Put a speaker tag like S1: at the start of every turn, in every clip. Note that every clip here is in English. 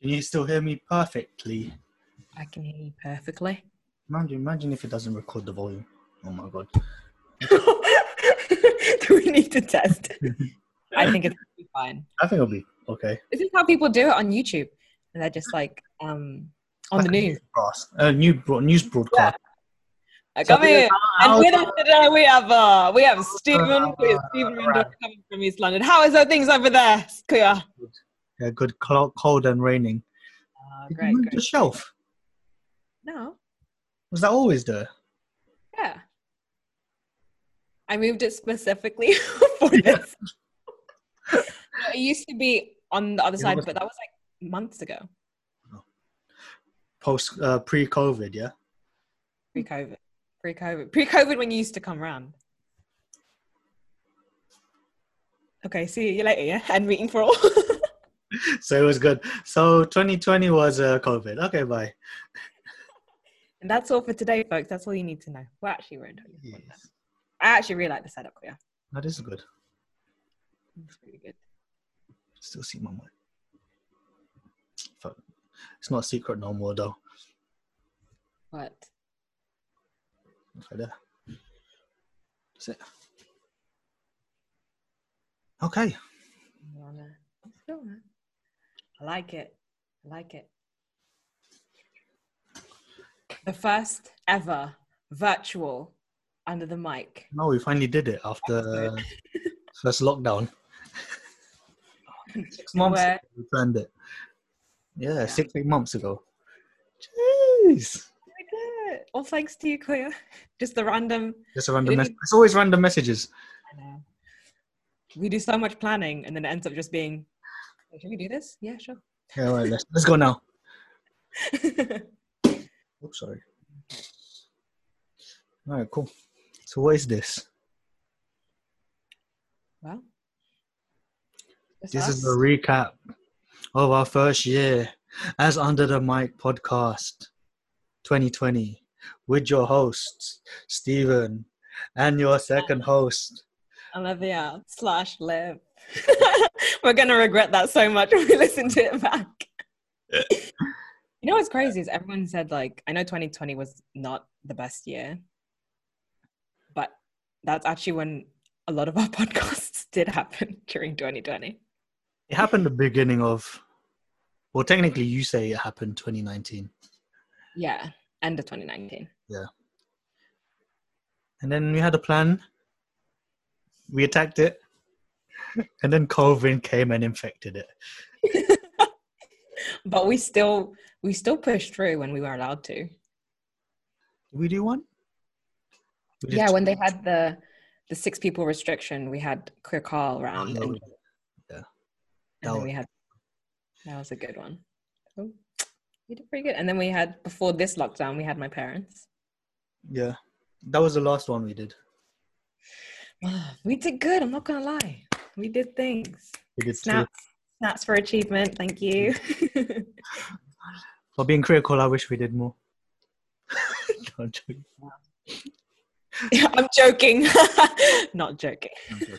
S1: Can you still hear me perfectly?
S2: I can hear you perfectly.
S1: Imagine, imagine if it doesn't record the volume. Oh my god.
S2: Do we need to test? I think it's gonna be fine.
S1: I think it'll be okay.
S2: This is how people do it on YouTube. And they're just like um, on
S1: Like
S2: the
S1: a
S2: news.
S1: Broadcast. Uh, new bro- news broadcast.
S2: Like, come here. And with us today we have uh, we have Stephen. we have Stephen
S1: Uh, Right.
S2: Rindle coming from East London. How is our things over there, Kuya?
S1: Yeah, good clo- cold and raining.
S2: Uh,
S1: Did you
S2: great,
S1: move
S2: great.
S1: The shelf
S2: No,
S1: was that always there?
S2: yeah. I moved it specifically for this. it used to be on the other
S1: It
S2: side,
S1: was-
S2: but that was like months ago,
S1: Post uh, pre-COVID, yeah.
S2: pre-COVID. Pre-COVID. Pre-COVID when you used to come round. Okay, see you later, yeah? And meeting for all.
S1: So it was good. So 2020 was uh, COVID. Okay, bye.
S2: and that's all for today, folks. That's all you need to know. We're actually we're in 20.
S1: Yes.
S2: I actually really like the setup, yeah.
S1: That is good.
S2: It's really good.
S1: Still see my mic. Fuck. It's not a secret no more though.
S2: But
S1: Right there. That's it. Okay.
S2: I'm on a- it's still on. I like it. I like it. The first ever virtual under the mic.
S1: No, we finally did it after first lockdown. Six months
S2: Where-
S1: ago we planned it. Yeah,
S2: Yeah.
S1: six, eight months ago. Jeez.
S2: We did it. Oh All thanks to you, Cleo. Just the random.
S1: Just a random
S2: Did
S1: mess-
S2: you-
S1: It's always random messages.
S2: I know. We do so much planning, and then it ends up just being. "Oh, Should we do this? Yeah, sure.
S1: Yeah, all right, let's, let's go now. Oops, sorry. All right, cool. So what is this?
S2: well, it's
S1: This is a
S2: us.
S1: recap of our first year as Under the Mic podcast 2020 with your hosts, Stephen, and your second host.
S2: Olivia uh, slash live. We're gonna regret that so much when we listen to it back. you know what's crazy is everyone said like I know 2020 was not the best year, but that's actually when a lot of our podcasts did happen during 2020.
S1: It happened the beginning of, well, technically, you say it happened 2019.
S2: Yeah, end of 2019.
S1: And then we had a plan, we attacked it, and then COVID came and infected it.
S2: But we still we still pushed through when we were allowed to.
S1: Did we do one? We did
S2: Yeah,
S1: two.
S2: when they had the the six people restriction, we had clear call round.
S1: yeah, Oh,
S2: and-
S1: we did. Yeah. That
S2: And then
S1: was-
S2: we had that was a good one. Oh, you did pretty good. And then we had before this lockdown, we had my parents.
S1: yeah. That was the last one we did.
S2: we did good. I'm not gonna lie. We did things.
S1: We did two.
S2: Snaps, snaps for achievement. Thank you.
S1: For being critical, I wish we did more. No, I'm joking.
S2: I'm joking. not joking.
S1: I'm joking.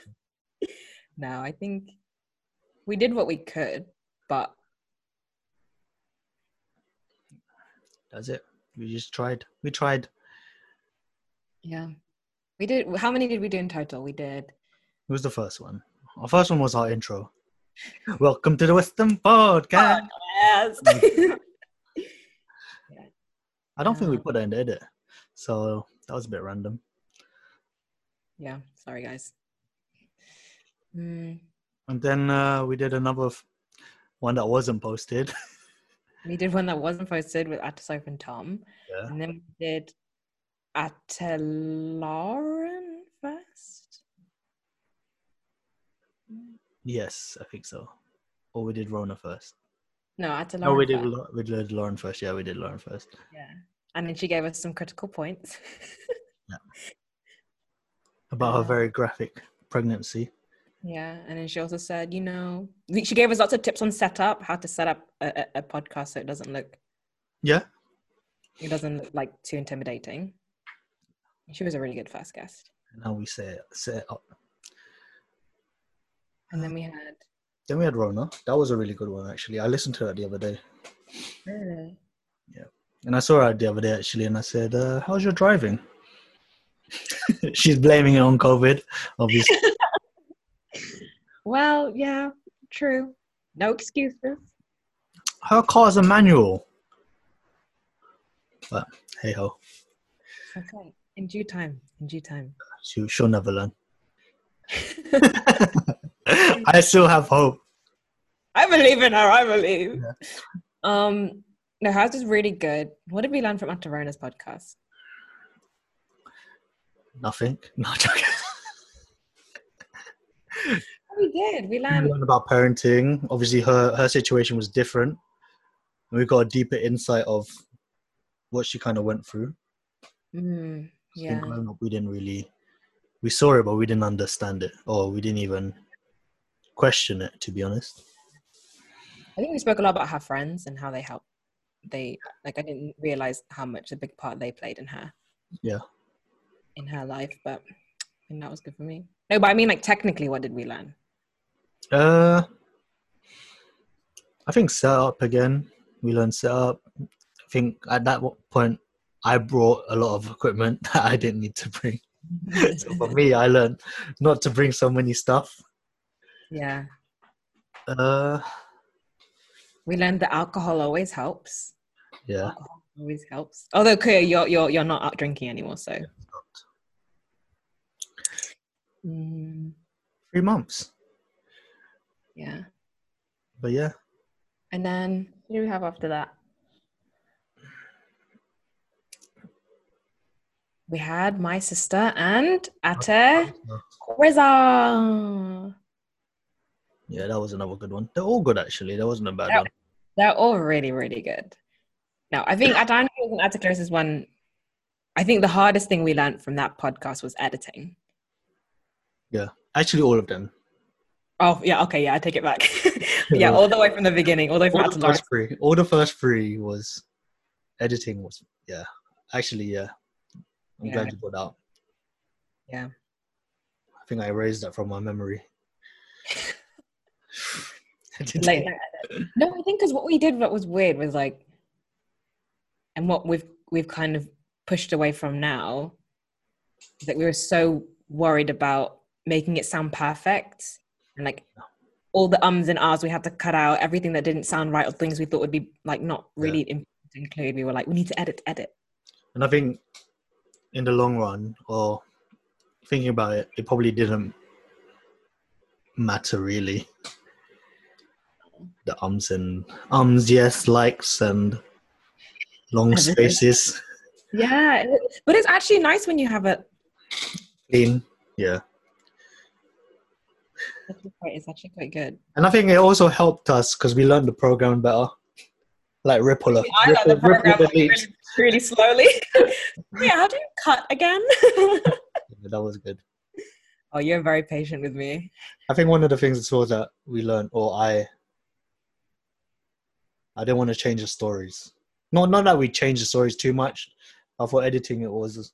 S2: No, I think we did what we could, but
S1: That's it. We just tried. We tried.
S2: yeah. We did how many did we do in total? We did
S1: It was the first one. Our first one was our intro. Welcome to the Western Podcast.
S2: yes.
S1: I don't think we put that in the edit, so that was a bit random.
S2: yeah, sorry guys. Mm,
S1: And then uh, we did another f- one that wasn't posted.
S2: We did one that wasn't posted with Atasof and Tom.
S1: Yeah.
S2: And then we did Atalauren first.
S1: yes, I think so. Or we did Rona first.
S2: No, Atalauren.
S1: No, Oh, we did.
S2: first.
S1: Lau- We did Lauren first. Yeah, we did Lauren first.
S2: Yeah. And then she gave us some critical points.
S1: About her
S2: Yeah.
S1: very graphic pregnancy.
S2: yeah. And then she also said, you know, we- she gave us lots of tips on setup, how to set up a, a, a podcast so it doesn't look
S1: Yeah.
S2: it doesn't look like too intimidating. She was a really good first guest.
S1: And how we set it, set it up.
S2: And then we had
S1: Then we had Rona. That was a really good one, actually. I listened to that the other day.
S2: Really?
S1: And I saw her the other day, actually, and I said, uh, How's your driving? She's blaming it on COVID, obviously.
S2: Well, yeah, true. No excuses.
S1: Her car's a manual. But hey ho,
S2: Okay. In due time. In due time.
S1: she, she'll never learn. I still have hope.
S2: I believe in her. I believe. Um, no, hers is really good. What did we learn from Atarona's podcast?
S1: Nothing. No, I'm joking.
S2: Oh, we did. We
S1: We
S2: learned.
S1: learned about parenting. Obviously, her her situation was different. And we got a deeper insight of what she kind of went through. I
S2: Mm,
S1: think
S2: yeah.
S1: growing up, we didn't really we saw it, but we didn't understand it, or we didn't even question it. To be honest,
S2: I think we spoke a lot about her friends and how they help. They like I didn't realize how much a big part they played in her.
S1: Yeah.
S2: In her life, but I think that was good for me. No, but I mean, like technically, what did we learn?
S1: uh, I think setup again. We learned setup. I think at that wa- point, I brought a lot of equipment that I didn't need to bring. so for me, I learned not to bring so many stuff.
S2: yeah,
S1: Uh,
S2: we learned that alcohol always helps.
S1: yeah.
S2: Alcohol always helps. Although, Kuya, you're you're you're not out drinking anymore, so. Mm,
S1: three months.
S2: yeah.
S1: But yeah,
S2: And then what do we have after that? We had my sister and Ate Kweza.
S1: yeah, that was another good one. They're all good actually. That wasn't a bad
S2: Yeah.
S1: one.
S2: They're all really, really good. Now, I think Ate Angela's and Ate Clarissa's one, I think the hardest thing we learned from that podcast was editing.
S1: Actually, all of them.
S2: Oh, yeah, okay, yeah, I take it back. yeah, all the way from the beginning, all the way from
S1: All
S2: Ate
S1: the
S2: Clarissa.
S1: first three. All the first three was editing was yeah. Actually, yeah. I'm
S2: Yeah.
S1: glad you brought that. up.
S2: Yeah.
S1: I think I erased that from my memory. I did
S2: late night edit. No, I think because what we did that was weird was like, and what we've we've kind of pushed away from now is that we were so worried about making it sound perfect and like all the ums and ahs we had to cut out, everything that didn't sound right or things we thought would be like not
S1: Yeah.
S2: really important to include. We were like, we need to edit, edit.
S1: And I think in the long run, or thinking about it, it probably didn't matter really. The ums and ums, yes, likes and long
S2: Everything.
S1: spaces,
S2: Yeah, it- but it's actually nice when you have a.
S1: clean. Yeah.
S2: It's actually quite good.
S1: And I think it also helped us because we learned the program better. Like Ripple.
S2: I like the
S1: Ripple- Ripple
S2: program like,
S1: delete.
S2: really, really slowly. yeah, how do you cut again?
S1: Yeah, That was good.
S2: oh, you're very patient with me.
S1: I think one of the things as well that we learned, or I, I didn't want to change the stories. Not not that we changed the stories too much. I thought editing it was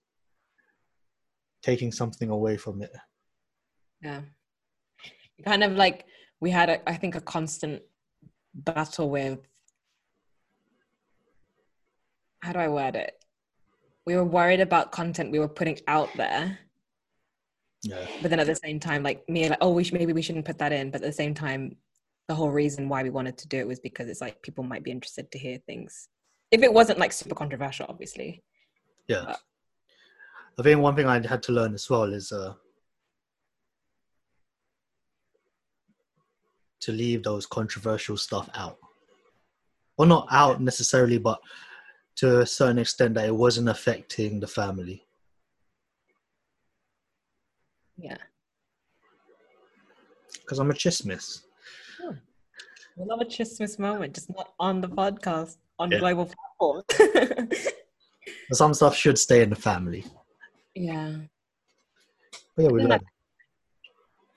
S1: taking something away from it.
S2: Yeah. Kind of like we had, a, I think, a constant battle with how do I word it? We were worried about content we were putting out there,
S1: Yeah,
S2: but then at the same time, like me, like oh, we should, maybe we shouldn't put that in. But at the same time, the whole reason why we wanted to do it was because it's like people might be interested to hear things. If it wasn't like super controversial, obviously. Uh,
S1: yeah. I think one thing I had to learn as well is uh, to leave those controversial stuff out. Well, not out necessarily, but to a certain extent that it wasn't affecting the family.
S2: Yeah.
S1: Because I'm a chismis.
S2: We love a Christmas moment, just not on the podcast, on
S1: Yeah.
S2: global platform.
S1: some stuff should stay in the family.
S2: yeah.
S1: But yeah, we
S2: Isn't
S1: learned.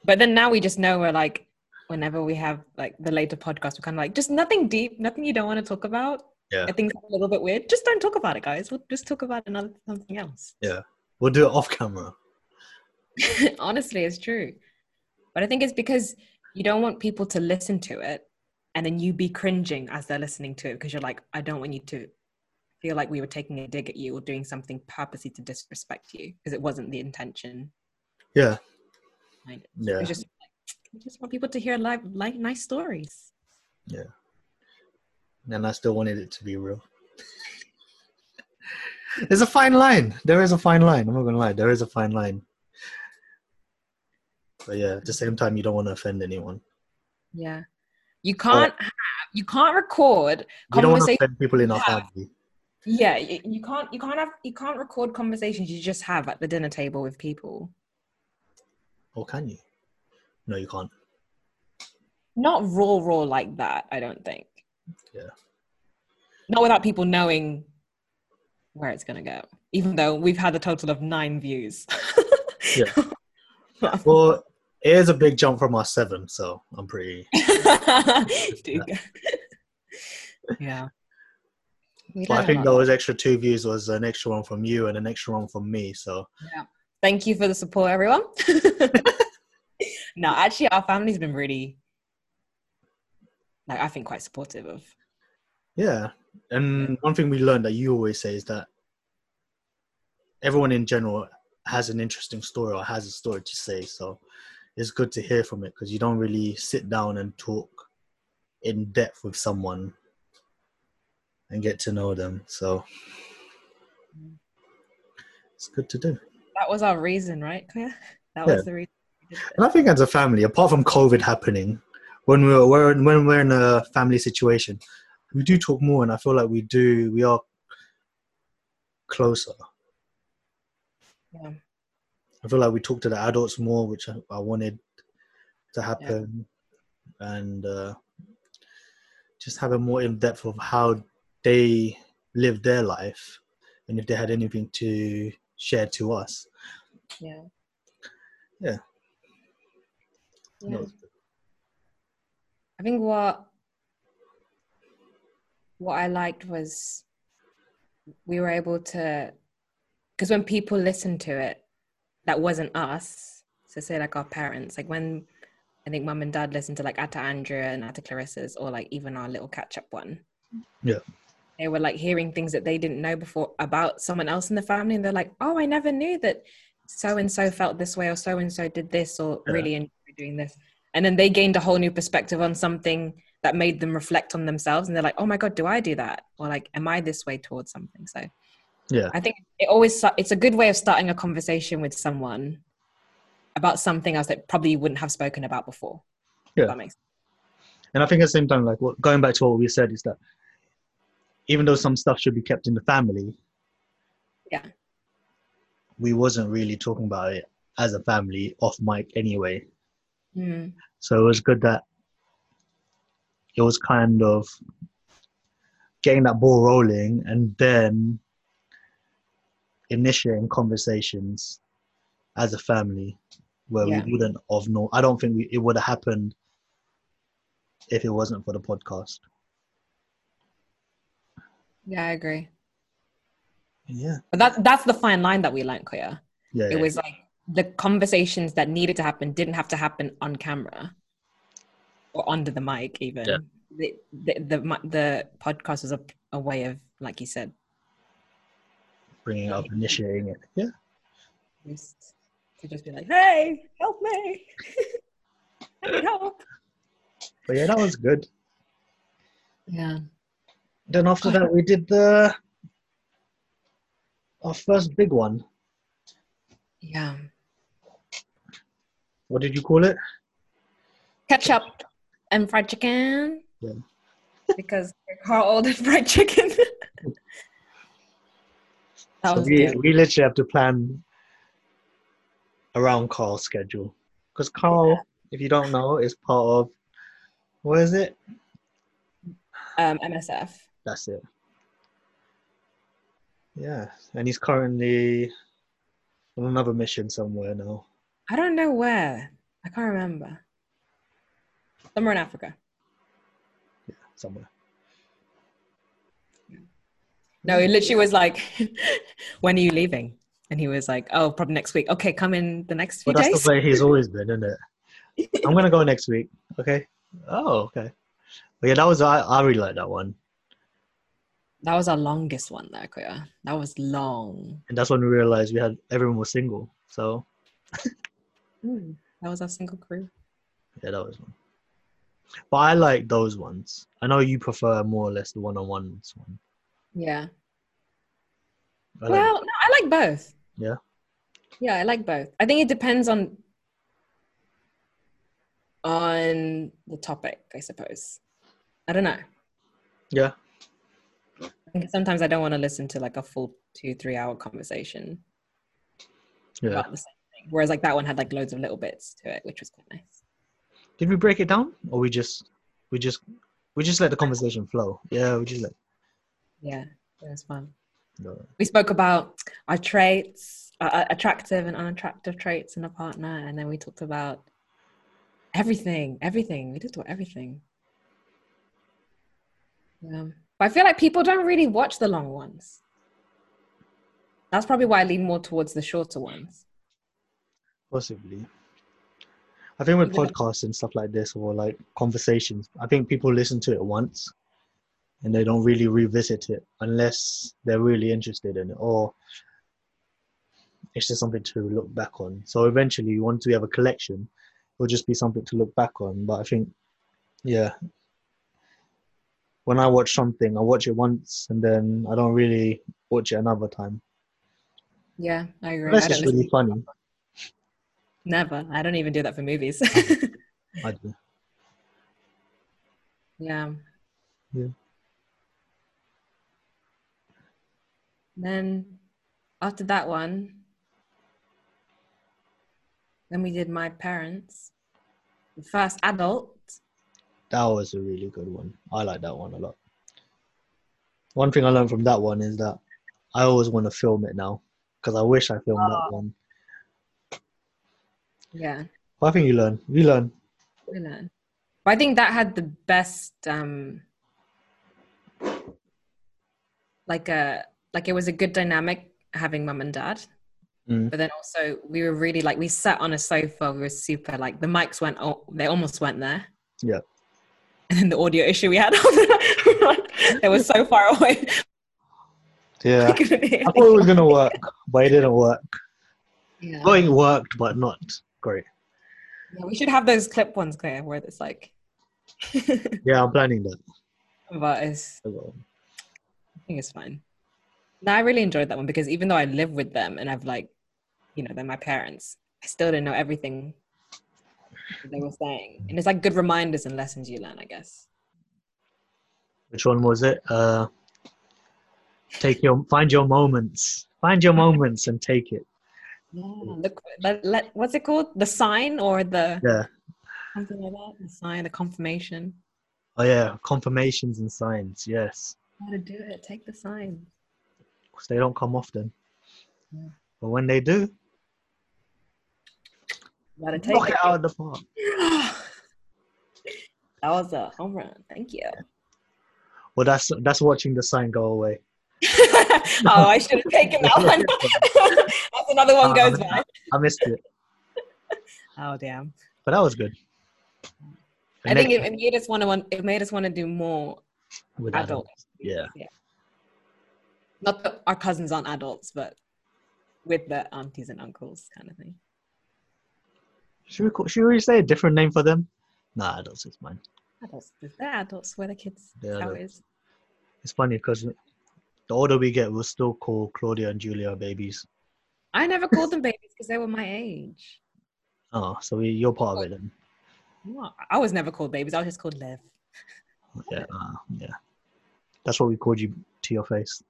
S2: But then now we just know we're like, whenever we have like the later podcast, we're kind of like, just nothing deep, nothing you don't want to talk about.
S1: Yeah.
S2: And things are a little bit weird. Just don't talk about it, guys. We'll just talk about another something else.
S1: Yeah. We'll do it off camera.
S2: Honestly, it's true. But I think it's because You don't want people to listen to it and then you be cringing as they're listening to it because you're like, I don't want you to feel like we were taking a dig at you or doing something purposely to disrespect you because it wasn't the intention.
S1: Yeah.
S2: Like,
S1: Yeah.
S2: I just, I just want people to hear live, like nice stories.
S1: and I still wanted it to be real. There's a fine line. There is a fine line. I'm not gonna lie. There is a fine line. But yeah, at the same time, you don't want to offend anyone.
S2: Yeah. You
S1: Oh.
S2: can't have, you can't record
S1: We don't want to
S2: Conversation-
S1: offend people in our family.
S2: yeah you, you can't you can't have you can't record conversations you just have at the dinner table with people
S1: Or can you? No, you can't.
S2: not raw raw like that i don't think
S1: Yeah.
S2: not without people knowing where it's going to go even though we've had a total of nine views
S1: Yeah. Well, it is a big jump from our seven, so I'm pretty.
S2: Do go. yeah We
S1: But I
S2: learn a
S1: think
S2: lot.
S1: those extra two views was an extra one from you and an extra one from me. So
S2: thank you for the support, everyone. no, actually, our family's been really, like, I think quite supportive of.
S1: Yeah. And one thing we learned that you always say is that everyone in general has an interesting story or has a story to say. So it's good to hear from it because you don't really sit down and talk in depth with someone and get to know them. So it's good to do.
S2: That was our reason, right, Claire? That
S1: Yeah.
S2: was the reason. we did
S1: And I think as a family, apart from COVID happening, when we're, we're when we're in a family situation, we do talk more, and I feel like we do we are closer.
S2: Yeah.
S1: I feel like we talk to the adults more, which I, I wanted to happen, and uh, just have a more in depth of how they live their life, and if they had anything to share to us.
S2: this. Yeah.
S1: Yeah.
S2: Yeah. I think what what I liked was we were able to because when people listened to it, that wasn't us. So say like our parents, like when I think mum and dad listened to like Atta Andrea and Atta Clarissa's or like even our little catch up one.
S1: Yeah.
S2: They were like hearing things that they didn't know before about someone else in the family and they're like, Oh, I never knew that so and so felt this way or so and so did this or
S1: Yeah.
S2: really enjoyed doing this. And then they gained a whole new perspective on something that made them reflect on themselves and they're like, Oh my god, do I do that? Or like, am I this way towards something? So
S1: Yeah.
S2: I think it always sta- it's a good way of starting a conversation with someone about something else that probably you wouldn't have spoken about before. if
S1: Yeah.
S2: that makes
S1: And I think at the same time, like what, going back to what we said, is that even though some stuff should be kept in the family,
S2: Yeah.
S1: we wasn't really talking about it as a family off mic anyway.
S2: Mm.
S1: So it was good that it was kind of getting that ball rolling and then initiating conversations as a family where
S2: Yeah.
S1: we wouldn't of no I don't think we, it would have happened if it wasn't for the podcast.
S2: Yeah, I agree.
S1: Yeah.
S2: But that that's the fine line that we learned, Koya.
S1: Yeah.
S2: It was like the conversations that needed to happen didn't have to happen on camera or under the mic even.
S1: Yeah.
S2: The, the, the mi- the podcast was a, a way of, like you said,
S1: bringing it up, initiating it. Yeah.
S2: just- to just be like, "Hey, help me! I need help."
S1: But yeah, that was good.
S2: Yeah.
S1: Then after that, we did the our first big one.
S2: Yeah.
S1: What did you call it?
S2: ketchup and fried chicken.
S1: Yeah.
S2: because Carl ordered fried chicken.
S1: So
S2: that was
S1: we,
S2: good.
S1: we literally have to plan around Carl's schedule because Carl, if you don't know, is part of what is it?
S2: Um, MSF.
S1: That's it. Yeah, and he's currently on another mission somewhere now.
S2: I don't know where. I can't remember. Somewhere in Africa.
S1: Somewhere.
S2: No, it literally was like, "When are you leaving?" And he was like, "Oh, probably next week." Okay, come in the next few
S1: But that's
S2: days.
S1: the way he's always been, isn't it? I'm gonna go next week. Okay. Oh, okay. But yeah, that was I. I really like that one,
S2: That was our longest one, though, Koya. That was long.
S1: and that's when we realized we had everyone was single. So
S2: That was our single crew.
S1: yeah, that was one. But I like those ones. I know you prefer more or less the one-on-one one.
S2: Yeah.
S1: I like-
S2: well, no, I like both.
S1: Yeah?
S2: Yeah, I like both. I think it depends on on the topic, I suppose. I don't know.
S1: yeah.
S2: I think Sometimes I don't want to listen to like a full two, three hour conversation
S1: Yeah.
S2: about the same thing. Whereas like that one had like loads of little bits to it, which was quite nice.
S1: Did we break it down, or we just we just we just let the conversation flow? Yeah, we just let.
S2: Yeah, it was fun.
S1: No.
S2: we spoke about our traits, our our attractive and unattractive traits in a partner, and then we talked about everything, everything. We talked about everything. Yeah. But I feel like people don't really watch the long ones. That's probably why I lean more towards the shorter ones.
S1: Possibly. I think with
S2: Yeah.
S1: podcasts and stuff like this, or like conversations, I think people listen to it once and they don't really revisit it unless they're really interested in it or it's just something to look back on. So eventually, once we have a collection, it'll just be something to look back on. But I think, yeah, when I watch something, I watch it once and then I don't really watch it another time.
S2: Yeah, I agree.
S1: Unless
S2: I
S1: it's
S2: don't listen-
S1: really funny.
S2: Never. I don't even do that for movies.
S1: I do.
S2: yeah.
S1: Yeah.
S2: Then after that one, then we did my parents, the first adult.
S1: That was a really good one. I like that one a lot. One thing I learned from that one is that I always want to film it now because I wish I filmed that one.
S2: Yeah,
S1: But I think you learn. You learn.
S2: we learn. But I think that had the best, um, like a like it was a good dynamic having mum and dad.
S1: Mm.
S2: But then also we were really like we sat on a sofa. We were super like the mics went al- they almost weren't there.
S1: Yeah.
S2: And then the audio issue we had, they were so far away.
S1: Yeah.
S2: I couldn't hear
S1: I thought it was going to work, but it didn't work.
S2: Yeah.
S1: Well, it worked, but not great.
S2: Yeah, we should have those clip ones, Claire, where it's like,
S1: Yeah, I'm planning that.
S2: but it's,
S1: as well.
S2: I think it's fine. No, I really enjoyed that one because even though I live with them and I've like, you know, they're my parents, I still didn't know everything that they were saying. And it's like good reminders and lessons you learn, I guess.
S1: Which one was it? Uh, take your find your moments. Find your moments and take it.
S2: Yeah, look, let, let, what's it called? The sign or the
S1: Yeah.
S2: something like that? The sign, the confirmation.
S1: Oh yeah, confirmations and signs. Yes.
S2: How to do it? Take the sign.
S1: 'Cause they don't come often.
S2: Yeah.
S1: But when they do,
S2: How to take
S1: knock
S2: it.
S1: it out of the park.
S2: that was a home run. Thank you.
S1: Well, that's that's watching the sign go away.
S2: oh, I should have taken that one. That's another one goes
S1: Um,
S2: by.
S1: I missed it,
S2: Oh damn!
S1: but that was good.
S2: I think it, it made us want to. It made us want to do more
S1: with
S2: adult.
S1: Yeah.
S2: Not that our cousins aren't adults, but with the aunties and uncles kind of thing.
S1: Should we call, should we say a different name for them? Nah, adults is mine.
S2: Adults, they're adults. We're the kids.
S1: They're
S2: That's how it is.
S1: It's funny because the older we get, we'll still call Claudia and Julia our babies.
S2: I never called them babies because they were my age.
S1: Oh, so we, you're part of it then.
S2: No, I was never called babies. I was just called Liv.
S1: Yeah, uh, yeah. That's what we called you to your face.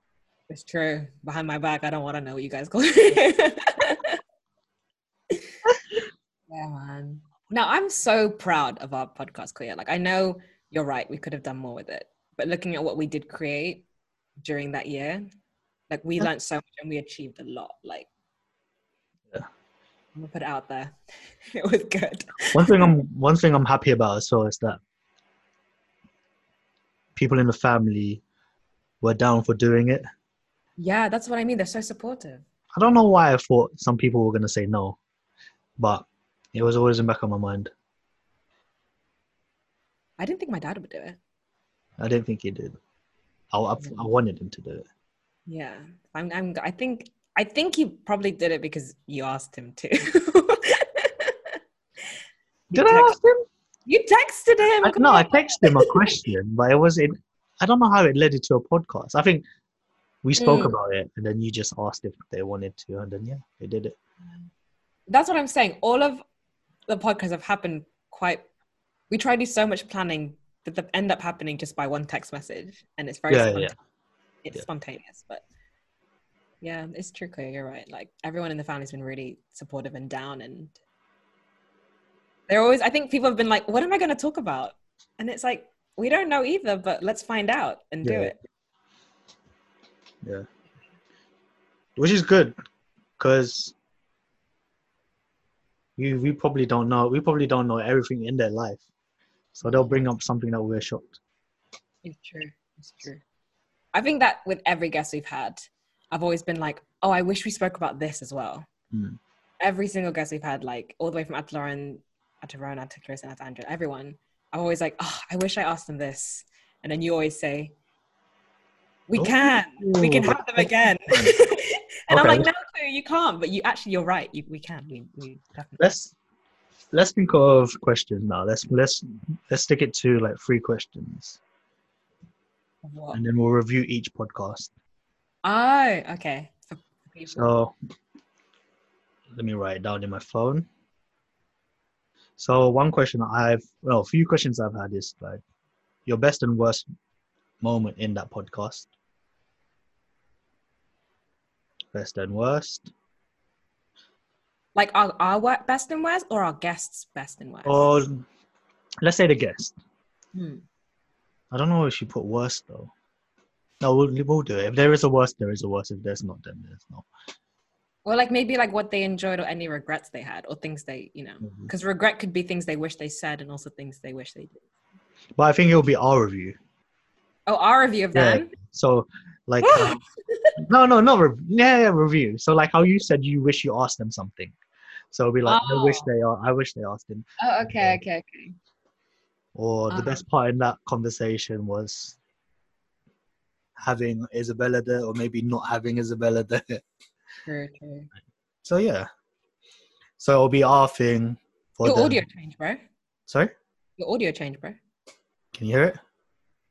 S2: It's true. Behind my back, I don't want to know what you guys call it. yeah, man. No, I'm so proud of our podcast, Koya. Like, I know you're right. We could have done more with it. But looking at what we did create during that year, like, we learned so much and we achieved a lot. Like,
S1: Yeah.
S2: I'm going to put it out there. it was good.
S1: One thing I'm one thing I'm happy about as well is that people in the family were down for doing it.
S2: Yeah, that's what I mean. They're so supportive.
S1: I don't know why I thought some people were gonna say no, but it was always in the back of my mind.
S2: I didn't think my dad would do it.
S1: I didn't think he did. I, I, I wanted him to do it.
S2: Yeah, I'm. I'm. I think. I think he probably did it because you asked him to.
S1: Did I ask him?
S2: You texted him.
S1: I,
S2: come
S1: no, I
S2: on.
S1: texted him a question, but it was in. I don't know how it led into a podcast. I think we spoke
S2: Mm.
S1: about it, and then you just asked if they wanted to, and then yeah, they did it.
S2: That's what I'm saying. All of the podcasts have happened quite. We try to do so much planning that they end up happening just by one text message, and it's very
S1: Yeah, yeah,
S2: spontaneous. It's
S1: Yeah.
S2: spontaneous, but yeah, it's true. Claire, You're right. Like everyone in the family's been really supportive and down, and they're always. I think people have been like, "What am I going to talk about?" And it's like we don't know either, but let's find out and
S1: Yeah.
S2: do it.
S1: which is good because you we probably don't know we probably don't know everything in their life so they'll bring up something that we're shocked
S2: It's true. It's true. I think that with every guest we've had, I've always been like, oh, I wish we spoke about this as well.
S1: Hmm.
S2: Every single guest we've had, like all the way from Atlaran, Atarona, to Chris, and Atandra, everyone, I'm always like, oh, I wish I asked them this. And then you always say, we
S1: Oh.
S2: can, we can have them again. and I'm
S1: Okay.
S2: like, no, Cleo, you can't. But you actually, you're right. You, we can. We, we definitely.
S1: let's let's think of questions now let's let's let's stick it to like three questions
S2: What?
S1: and then we'll review each podcast
S2: Oh, okay. For people.
S1: so let me write it down in my phone so one question i've well a few questions i've had is like your best and worst moment in that podcast best and worst
S2: like our, our work best and worst or our guests' best and worst?
S1: or let's say the guest
S2: Hmm.
S1: i don't know if you put worst though no we'll, we'll do it if there is a worst there is a worst if there's not then there's not
S2: Or like maybe like what they enjoyed or any regrets they had or things they, you know,
S1: Mhm.
S2: because regret could be things they wish they said and also things they wish they did.
S1: but i think it'll be our review
S2: Oh, our review of
S1: Yeah.
S2: them.
S1: so like um, no no not re- yeah, yeah review so like how you said you wish you asked them something so it'll be like i wish
S2: Oh.
S1: they are i wish they asked him
S2: Oh,
S1: okay,
S2: okay, okay.
S1: or the
S2: Uh-huh.
S1: best part in that conversation was having Isabella there, or maybe not having Isabella there.
S2: True, true.
S1: So yeah, so it'll be our thing. For
S2: Your
S1: them.
S2: audio change, bro.
S1: Sorry,
S2: Your audio change, bro.
S1: can you hear it?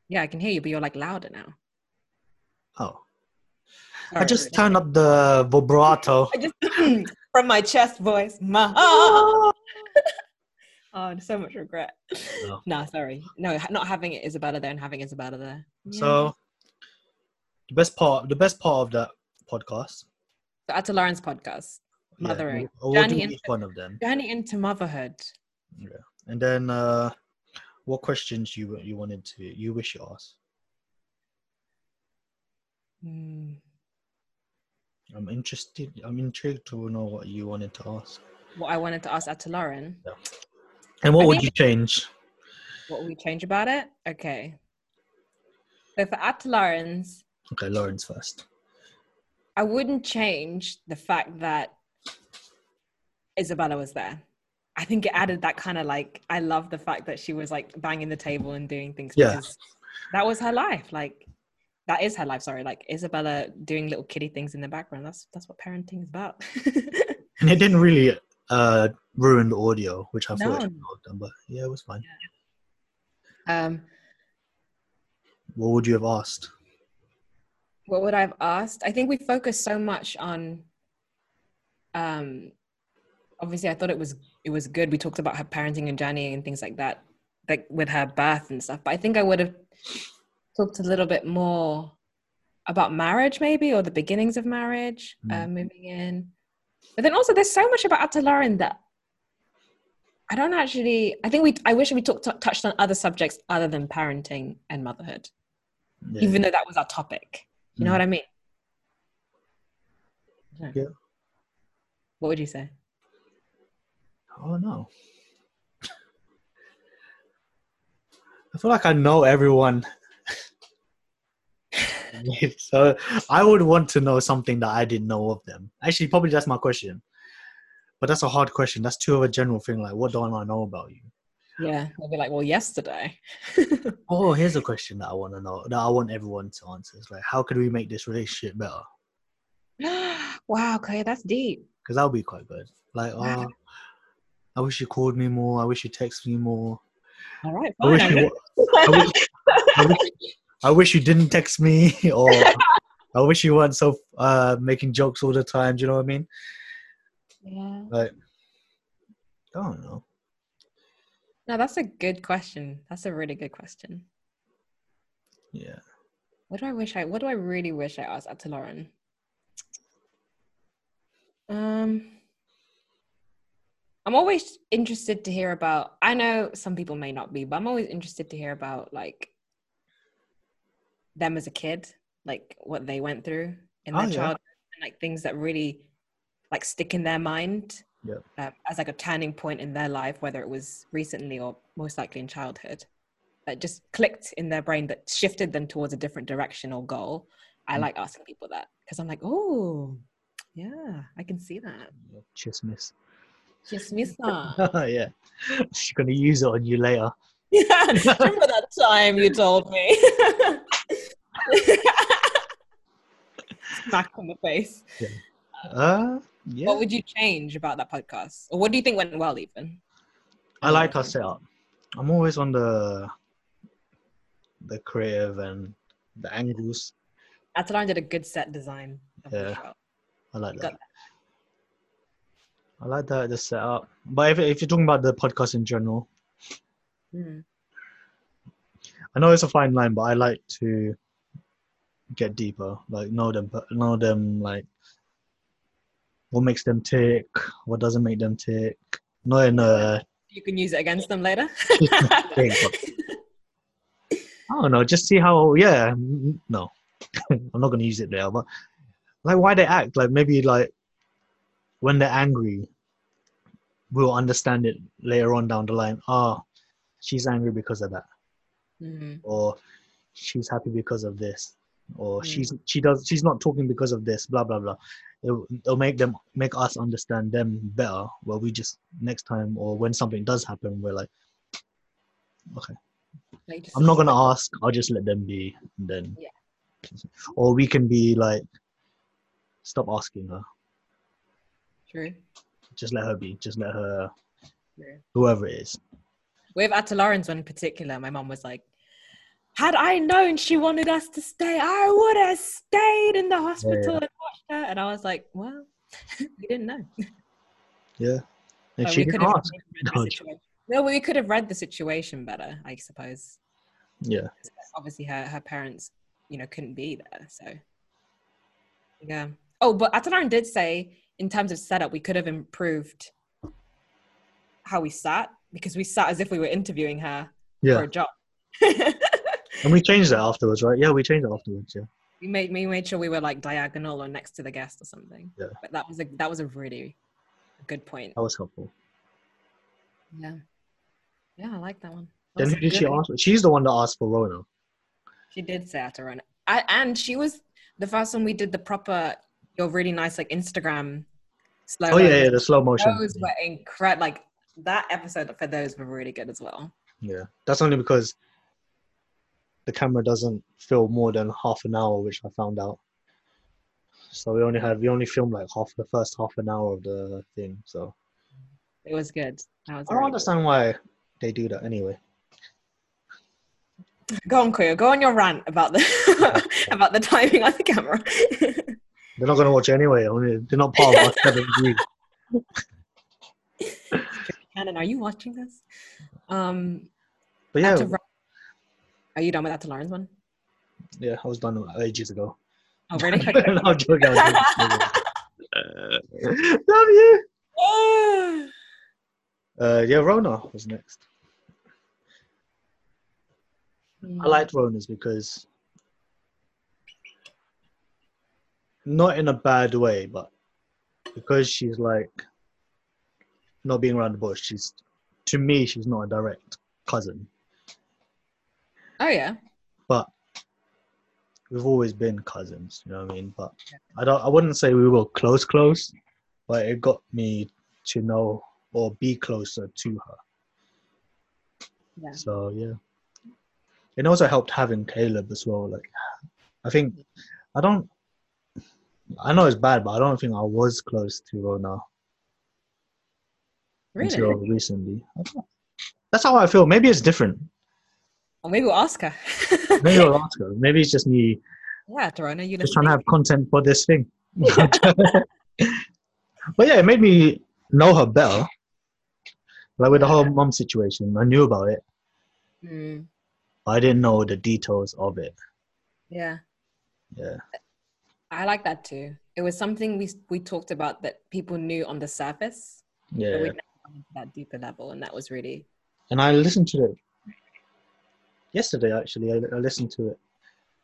S2: Yeah, I can hear you, but you're like louder now.
S1: Oh, I
S2: Sorry.
S1: just turned up the vibrato.
S2: I just from my chest voice. Ma. Oh, so much regret.
S1: No.
S2: no, sorry. No, ha- not having it Isabella there and having Isabella there.
S1: So the best part, the best part of that podcast.
S2: So at Lauren's podcast, Mothering.
S1: we'll, we'll do
S2: Danny and-
S1: each one of them,
S2: Journey into Motherhood.
S1: and then uh, what questions you you wanted to you wish you asked.
S2: Hmm.
S1: I'm interested. I'm intrigued to know what you wanted to ask.
S2: What I wanted to ask at Lauren,
S1: And what
S2: I
S1: would
S2: think-
S1: you change?
S2: what we change about it? Okay. So for at Lauren's,
S1: Okay, Lawrence first.
S2: I wouldn't change the fact that Isabella was there. I think it added that kind of like I love the fact that she was like banging the table and doing things
S1: Yeah.
S2: because that was her life. Like that is her life, sorry. Like Isabella doing little kitty things in the background. That's that's what parenting is about.
S1: And it didn't really uh, ruin the audio, which I thought
S2: No.
S1: it would have done, but yeah, it was fine.
S2: um
S1: What would you have asked?
S2: what would I have asked? I think we focus so much on um obviously I thought it was it was good. We talked about her parenting and journey and things like that, like with her birth and stuff. But I think I would have talked a little bit more about marriage maybe or the beginnings of marriage, uh, moving in. But then also there's so much about Atalaran that I don't actually I think we I wish we talked touched on other subjects other than parenting and motherhood
S1: Yeah.
S2: even though that was our topic. You know
S1: Mm.
S2: what I mean? Yeah.
S1: Yeah.
S2: What would you say?
S1: oh no. I feel like I know everyone. so I would want to know something that I didn't know of them. Actually, probably that's my question. But that's a hard question. That's too of a general thing. Like, what do I know about you?
S2: Yeah, they'll be like, well, yesterday.
S1: Oh, here's a question that I want to know that I want everyone to answer. It's like, how could we make this relationship better?
S2: wow, Claire, that's deep.
S1: Because that would be quite good. Like, oh, I wish you called me more. I wish you texted me more.
S2: All right,
S1: I
S2: fine.
S1: wish you, I wish, I wish, I wish you didn't text me, or I wish you weren't so uh, making jokes all the time. Do you know what I mean?
S2: yeah.
S1: Like, I don't know.
S2: No, that's a good question. That's a really good question.
S1: Yeah,
S2: What do I wish I? What do I really wish I asked to Lauren? Um, I'm always interested to hear about. I know some people may not be, but I'm always interested to hear about like them as a kid, like what they went through in their
S1: Oh, yeah.
S2: childhood, and like things that really like stick in their mind
S1: Yeah.
S2: um, as like a turning point in their life, whether it was recently or most likely in childhood that just clicked in their brain that shifted them towards a different direction or goal. I
S1: Mm.
S2: like asking people that because I'm like, oh, yeah, I can see that.
S1: chismis.
S2: Just miss that.
S1: yeah, she's gonna use it on you later.
S2: Remember that time you told me? Smack on the face.
S1: Uh, yeah,
S2: What would you change about that podcast? Or what do you think went well, even?
S1: I like our setup. I'm always on the the creative and the angles.
S2: Atalan did a good set design. of the
S1: Yeah.
S2: show.
S1: I like
S2: Got
S1: that. I like that the setup. But if if you're talking about the podcast in general,
S2: Mm.
S1: I know it's a fine line, but I like to get deeper, like know them, but know them, like what makes them tick, what doesn't make them tick. uh, Not in a
S2: You can use it against them later.
S1: thing, but I don't know. Just see how. Yeah, n- no, I'm not gonna use it there. But like, why they act like maybe like when they're angry, we'll understand it later on down the line. Ah, she's angry because of that.
S2: Mm.
S1: or she's happy because of this or
S2: Mm.
S1: she's she does she's not talking because of this blah blah blah it'll, it'll make them make us understand them better where we just next time or when something does happen we're like
S2: Like, just-
S1: i'm not gonna ask i'll just let them be and then
S2: Yeah.
S1: or we can be like stop asking her
S2: True.
S1: just let her be just let her
S2: True.
S1: whoever it is
S2: With Atalaran's one in particular, my mom was like, had I known she wanted us to stay, I would have stayed in the hospital and watched her. And I was like, well, we didn't know.
S1: if
S2: Like,
S1: she
S2: we
S1: can
S2: could have
S1: ask
S2: read the
S1: No,
S2: situation- no, we could have read the situation better, I suppose.
S1: yeah
S2: Obviously, her, her parents, you know, couldn't be there. So, yeah. Oh, but Atalaran did say, in terms of setup, we could have improved how we sat because we sat as if we were interviewing her for
S1: yeah
S2: a job.
S1: and we changed that afterwards right yeah we changed that afterwards yeah
S2: we made we made sure we were like diagonal or next to the guest or something.
S1: Yeah. Oh.
S2: But that was a that was a really good point.
S1: that was helpful
S2: Yeah. Yeah, I like that one. That
S1: then
S2: was
S1: who did she
S2: good.
S1: ask she's the one that asked for rona
S2: She did say how to run. I, and she was the first one we did the proper your really nice like Instagram slow.
S1: Oh yeah, yeah,
S2: motion.
S1: the slow motion.
S2: Those were incredible. Like that episode for those were really good as well.
S1: Yeah, that's only because the camera doesn't film more than half an hour, which I found out. So we only had we only filmed like half the first half an hour of the thing. So
S2: It was good. That was
S1: I don't
S2: really good.
S1: understand why they do that anyway.
S2: Go on, Kuya. Go on your rant about the about the timing on the camera.
S1: They're not gonna watch it anyway. Only they're not part of our seven views.
S2: Shannon, are you watching this? Um,
S1: But
S2: At
S1: yeah,
S2: to Ro- Are you done with that to Lauren's one?
S1: yeah, I was done ages ago.
S2: Oh, really?
S1: no, I'm joking. I was joking. Love you. Uh, yeah, Rona was next. I liked Ronas because not in a bad way, but because she's like not being around the bush, she's to me she's not a direct cousin.
S2: Oh yeah.
S1: But we've always been cousins, you know what I mean? But I don't I wouldn't say we were close close, but it got me to know or be closer to her.
S2: Yeah.
S1: So yeah, it also helped having Caleb as well. Like, I think I don't. I know it's bad, but I don't think I was close to Rona
S2: Really?
S1: until recently. I don't, that's how I feel. Maybe it's different.
S2: Or maybe we'll ask her.
S1: Maybe I'll ask her. Maybe it's just me
S2: yeah, Torona, you
S1: just
S2: listen.
S1: trying to have content for this thing. but yeah, it made me know her better. Like with the whole mom situation, I knew about it,
S2: Mm,
S1: but I didn't know the details of it.
S2: yeah.
S1: Yeah.
S2: I like that too. It was something we we talked about that people knew on the surface,
S1: Yeah.
S2: but we never got into that deeper level, and that was really
S1: and I listened to it yesterday. Actually, I, I listened to it,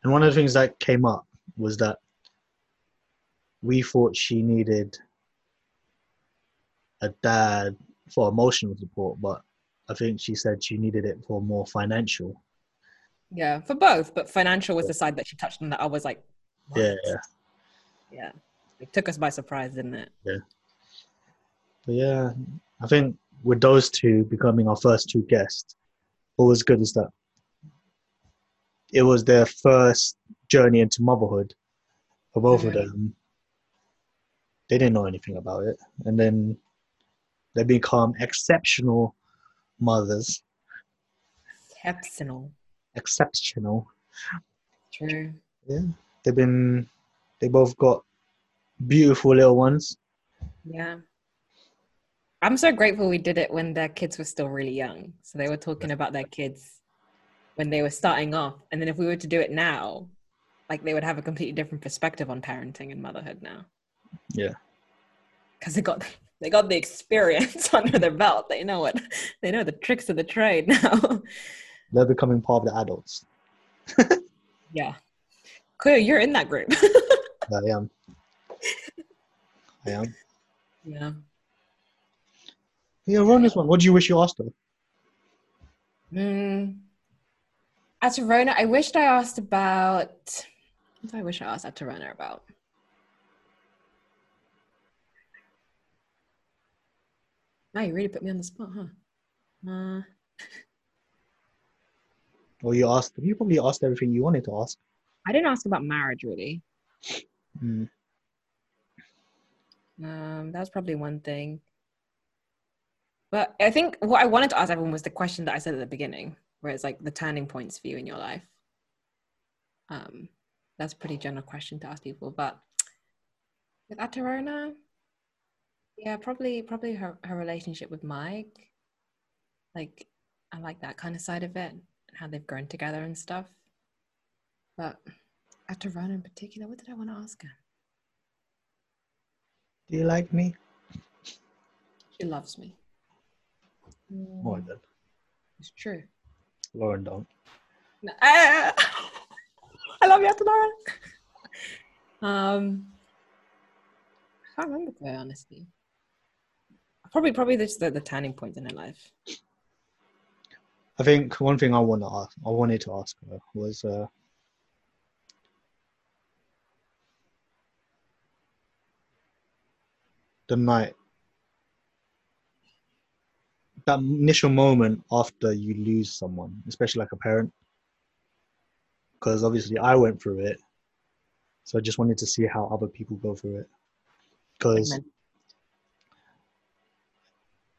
S1: and one of the things that came up was that we thought she needed a dad for emotional support, but I think she said she needed it for more financial.
S2: yeah for both. But financial was the side that she touched on that I was like, what?
S1: Yeah,
S2: yeah. It took us by surprise, didn't it?
S1: but yeah, I think with those two becoming our first two guests, what was good is that it was their first journey into motherhood for both
S2: Mhm.
S1: of them. They didn't know anything about it, and then they become exceptional mothers.
S2: Exceptional.
S1: Exceptional.
S2: True.
S1: They've been, they both got beautiful little ones.
S2: Yeah. I'm so grateful we did it when their kids were still really young. So they were talking about their kids when they were starting off. And then if we were to do it now, like they would have a completely different perspective on parenting and motherhood now.
S1: Yeah.
S2: Cause they got they got the experience under their belt. They know what they know the tricks of the trade now.
S1: They're becoming part of the adults.
S2: yeah. Cleo, you're in that group.
S1: I am. I am.
S2: yeah.
S1: Yeah, Rona's one. What do you wish you asked her?
S2: Mm. At Rona, I wished I asked about. What do I wish I asked at Rona about? Now you really put me on the spot, huh? Uh,
S1: Or you asked? You probably asked everything you wanted to ask.
S2: I didn't ask about marriage really.
S1: Mm.
S2: Um, that was probably one thing. But I think what I wanted to ask everyone was the question that I said at the beginning, where it's like the turning points for you in your life. Um, that's a pretty general question to ask people, but with Atarona, yeah, probably probably her, her relationship with Mike. Like I like that kind of side of it and how they've grown together and stuff. But Atarona in particular, what did I want to ask her?
S1: Do you like me?
S2: She loves me.
S1: Oh, I
S2: Mm,
S1: don't.
S2: It's true.
S1: Lauren don't.
S2: No. Ah! I love you, Atanara. Um, I can't remember quite honestly. Probably, probably just the, the turning point in her life.
S1: I think one thing I want to ask, I wanted to ask her was, uh, the night, that initial moment after you lose someone, especially like a parent, because obviously I went through it, so I just wanted to see how other people go through it, because
S2: Amen.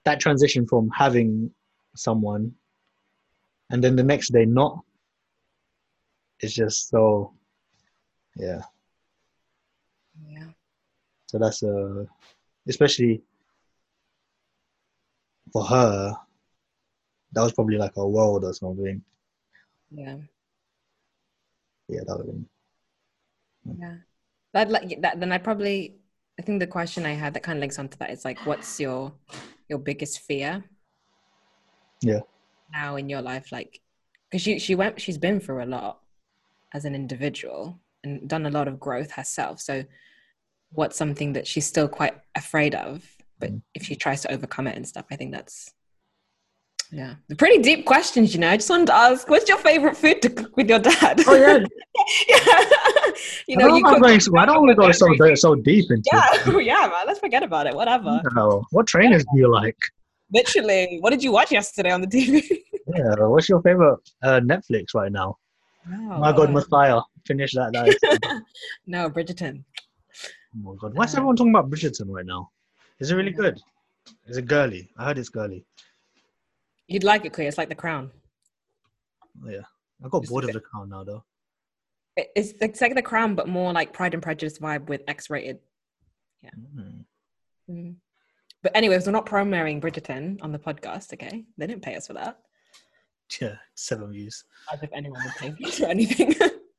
S1: that transition from having someone and then the next day not it's just so yeah
S2: Yeah,
S1: so that's a especially for her that was probably like a world or something
S2: yeah,
S1: yeah that would have been
S2: yeah. That like that. Then I probably, I think the question I had that kind of links onto that is like, what's your your biggest fear?
S1: Yeah.
S2: Now in your life, like, because she she went, she's been through a lot as an individual and done a lot of growth herself. So, what's something that she's still quite afraid of, but
S1: Mhm.
S2: if she tries to overcome it and stuff, I think that's. Yeah, the pretty deep questions, you know. I just wanted to ask, what's your favorite food to cook with your dad?
S1: oh yeah
S2: yeah. you
S1: I
S2: know,
S1: don't,
S2: you
S1: mind
S2: cook
S1: going so- I don't want to go so, so deep into it Mm-hmm.
S2: yeah, yeah, man. Let's forget about it. Whatever.
S1: No. what trainers do you like
S2: Literally, what did you watch yesterday on the TV?
S1: Yeah, what's your favorite uh, Netflix right now?
S2: No,
S1: My God,
S2: uh,
S1: Messiah. Finish that. that is- oh
S2: no, Bridgerton.
S1: my God. Why is
S2: Uh,
S1: everyone talking about Bridgerton right now? Is it really
S2: Yeah.
S1: good? Is it girly? I heard it's girly.
S2: You'd like it, Clea. It's like The Crown.
S1: Oh, Yeah. I got
S2: It's
S1: bored
S2: a
S1: of the crown now, though.
S2: It- It's, it's like The Crown, but more like Pride and Prejudice vibe with X-rated.
S1: Mm.
S2: Mm. But anyways, we're not promoting Bridgerton on the podcast. Okay, they didn't pay us for that.
S1: Yeah, seven views.
S2: As if anyone would pay for anything.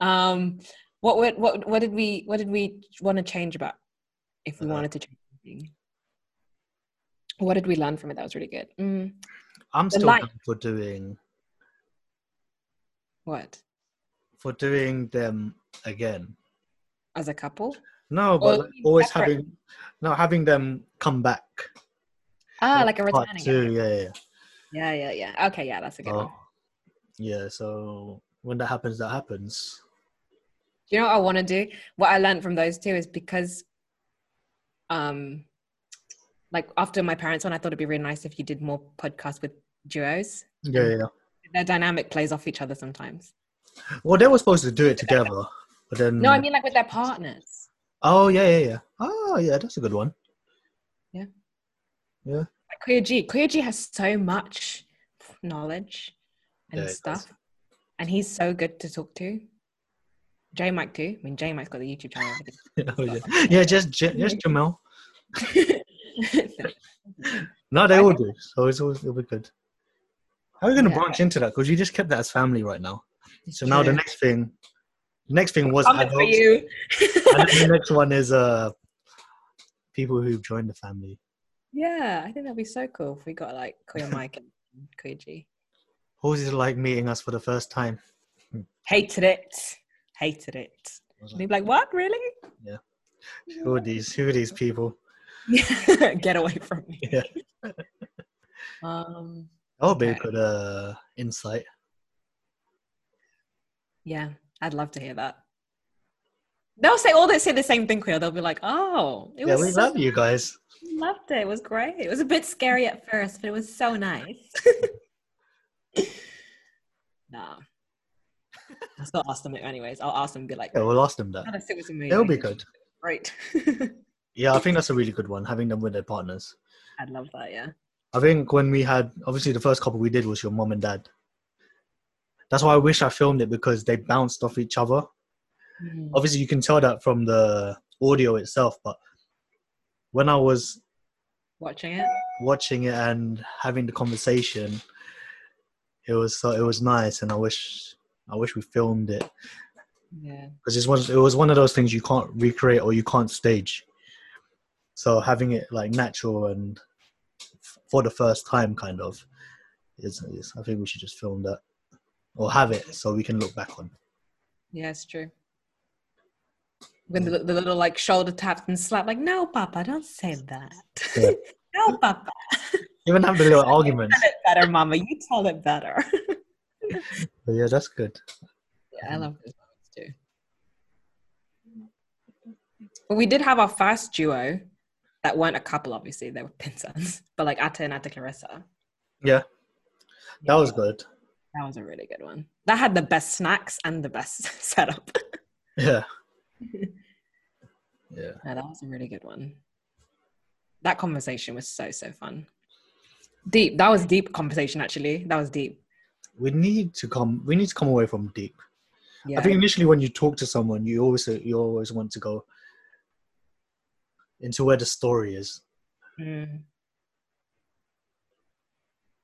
S2: um, what, what what what did we what did we want to change about? If we
S1: Uh,
S2: wanted to change anything, what did we learn from it? That was really good. Mm,
S1: I'm
S2: The
S1: still
S2: light-
S1: down for doing
S2: what
S1: for doing them again.
S2: as a couple?
S1: No, but
S2: Or
S1: like, always
S2: separate.
S1: having no having them come back.
S2: Ah, like a
S1: part
S2: returning.
S1: two, Uh-huh. yeah, yeah.
S2: Yeah, yeah, yeah. Okay, yeah, that's a good one.
S1: So, yeah, so when that happens, that happens.
S2: Do you know what I want to do? What I learned from those two is because, um, like after my parents one, I thought it'd be really nice if you did more podcasts with duos.
S1: Yeah, yeah.
S2: Their dynamic plays off each other sometimes.
S1: Well, they were supposed to do it together, but then
S2: No, I mean like with their partners.
S1: oh yeah, yeah, yeah. Oh yeah, that's a good one.
S2: Like Clear G, Clear G has so much knowledge and
S1: Yeah, he does.
S2: stuff, and he's so good to talk to. J Mike too. I mean, J Mike's got the YouTube channel.
S1: Oh, yeah. yeah, just J- just Jamel. No, they
S2: I
S1: all do. So it's always it'll be good. How are you gonna
S2: Yeah.
S1: branch into that? Because you just kept that as family right now. So now the
S2: True.
S1: next thing, next thing was
S2: Comment for
S1: adults,
S2: you.
S1: and then the next one is uh people who've joined the family.
S2: Yeah, I think that'd be so cool if we got like Koya Mike and Koya G.
S1: What was it like meeting us for the first time?
S2: Hated it. Hated it.
S1: I was
S2: And
S1: like,
S2: they'd be like, what? Really?
S1: Yeah. who are these? Who are these people?
S2: Yeah. Get away from me.
S1: Yeah.
S2: Um,
S1: That would be a
S2: Okay.
S1: good uh, insight.
S2: yeah, I'd love to hear that. They'll say all they say the same thing, Quill. They'll be like, oh, it
S1: yeah,
S2: was
S1: we
S2: so-
S1: love you guys.
S2: loved it. It was great. It was a bit scary at first, but it was so nice. nah. I'll still ask them it anyways. I'll ask them and be like,
S1: Yeah, we'll ask them
S2: "How
S1: that.
S2: does it was amazing.
S1: They'll be good.
S2: Great.
S1: Yeah, I think that's a really good one. Having them with their partners.
S2: I'd love that, yeah.
S1: I think when we had obviously the first couple we did was your mom and dad. That's why I wish I filmed it because they bounced off each other.
S2: Mm.
S1: Obviously, you can tell that from the audio itself, but when I was
S2: Watching it.
S1: watching it and having the conversation, it was so it was nice, and I wish I wish we filmed it
S2: Yeah.
S1: because it was it was one of those things you can't recreate or you can't stage. So having it like natural and f- for the first time, kind of, is, is I think we should just film that or have it so we can look back on.
S2: Yeah, it's true. When the, the little like shoulder taps and slap, like, no, Papa, don't say that.
S1: Yeah.
S2: no, Papa.
S1: Even have the little arguments.
S2: Tell it better, Mama. You tell it better.
S1: But yeah, that's good.
S2: yeah, I love those moments too. But we did have our first duo that weren't a couple, obviously, they were pinsons, but like Atta and Atta Clarissa.
S1: Yeah, that was
S2: Yeah,
S1: good.
S2: That was a really good one. That had the best snacks and the best setup.
S1: Yeah, yeah.
S2: Yeah, that was a really good one. That conversation was so so fun. Deep. That was deep conversation actually. That was deep.
S1: We need to come. We need to come away from deep.
S2: Yeah.
S1: I think initially when you talk to someone, you always you always want to go into where the story is.
S2: Mm.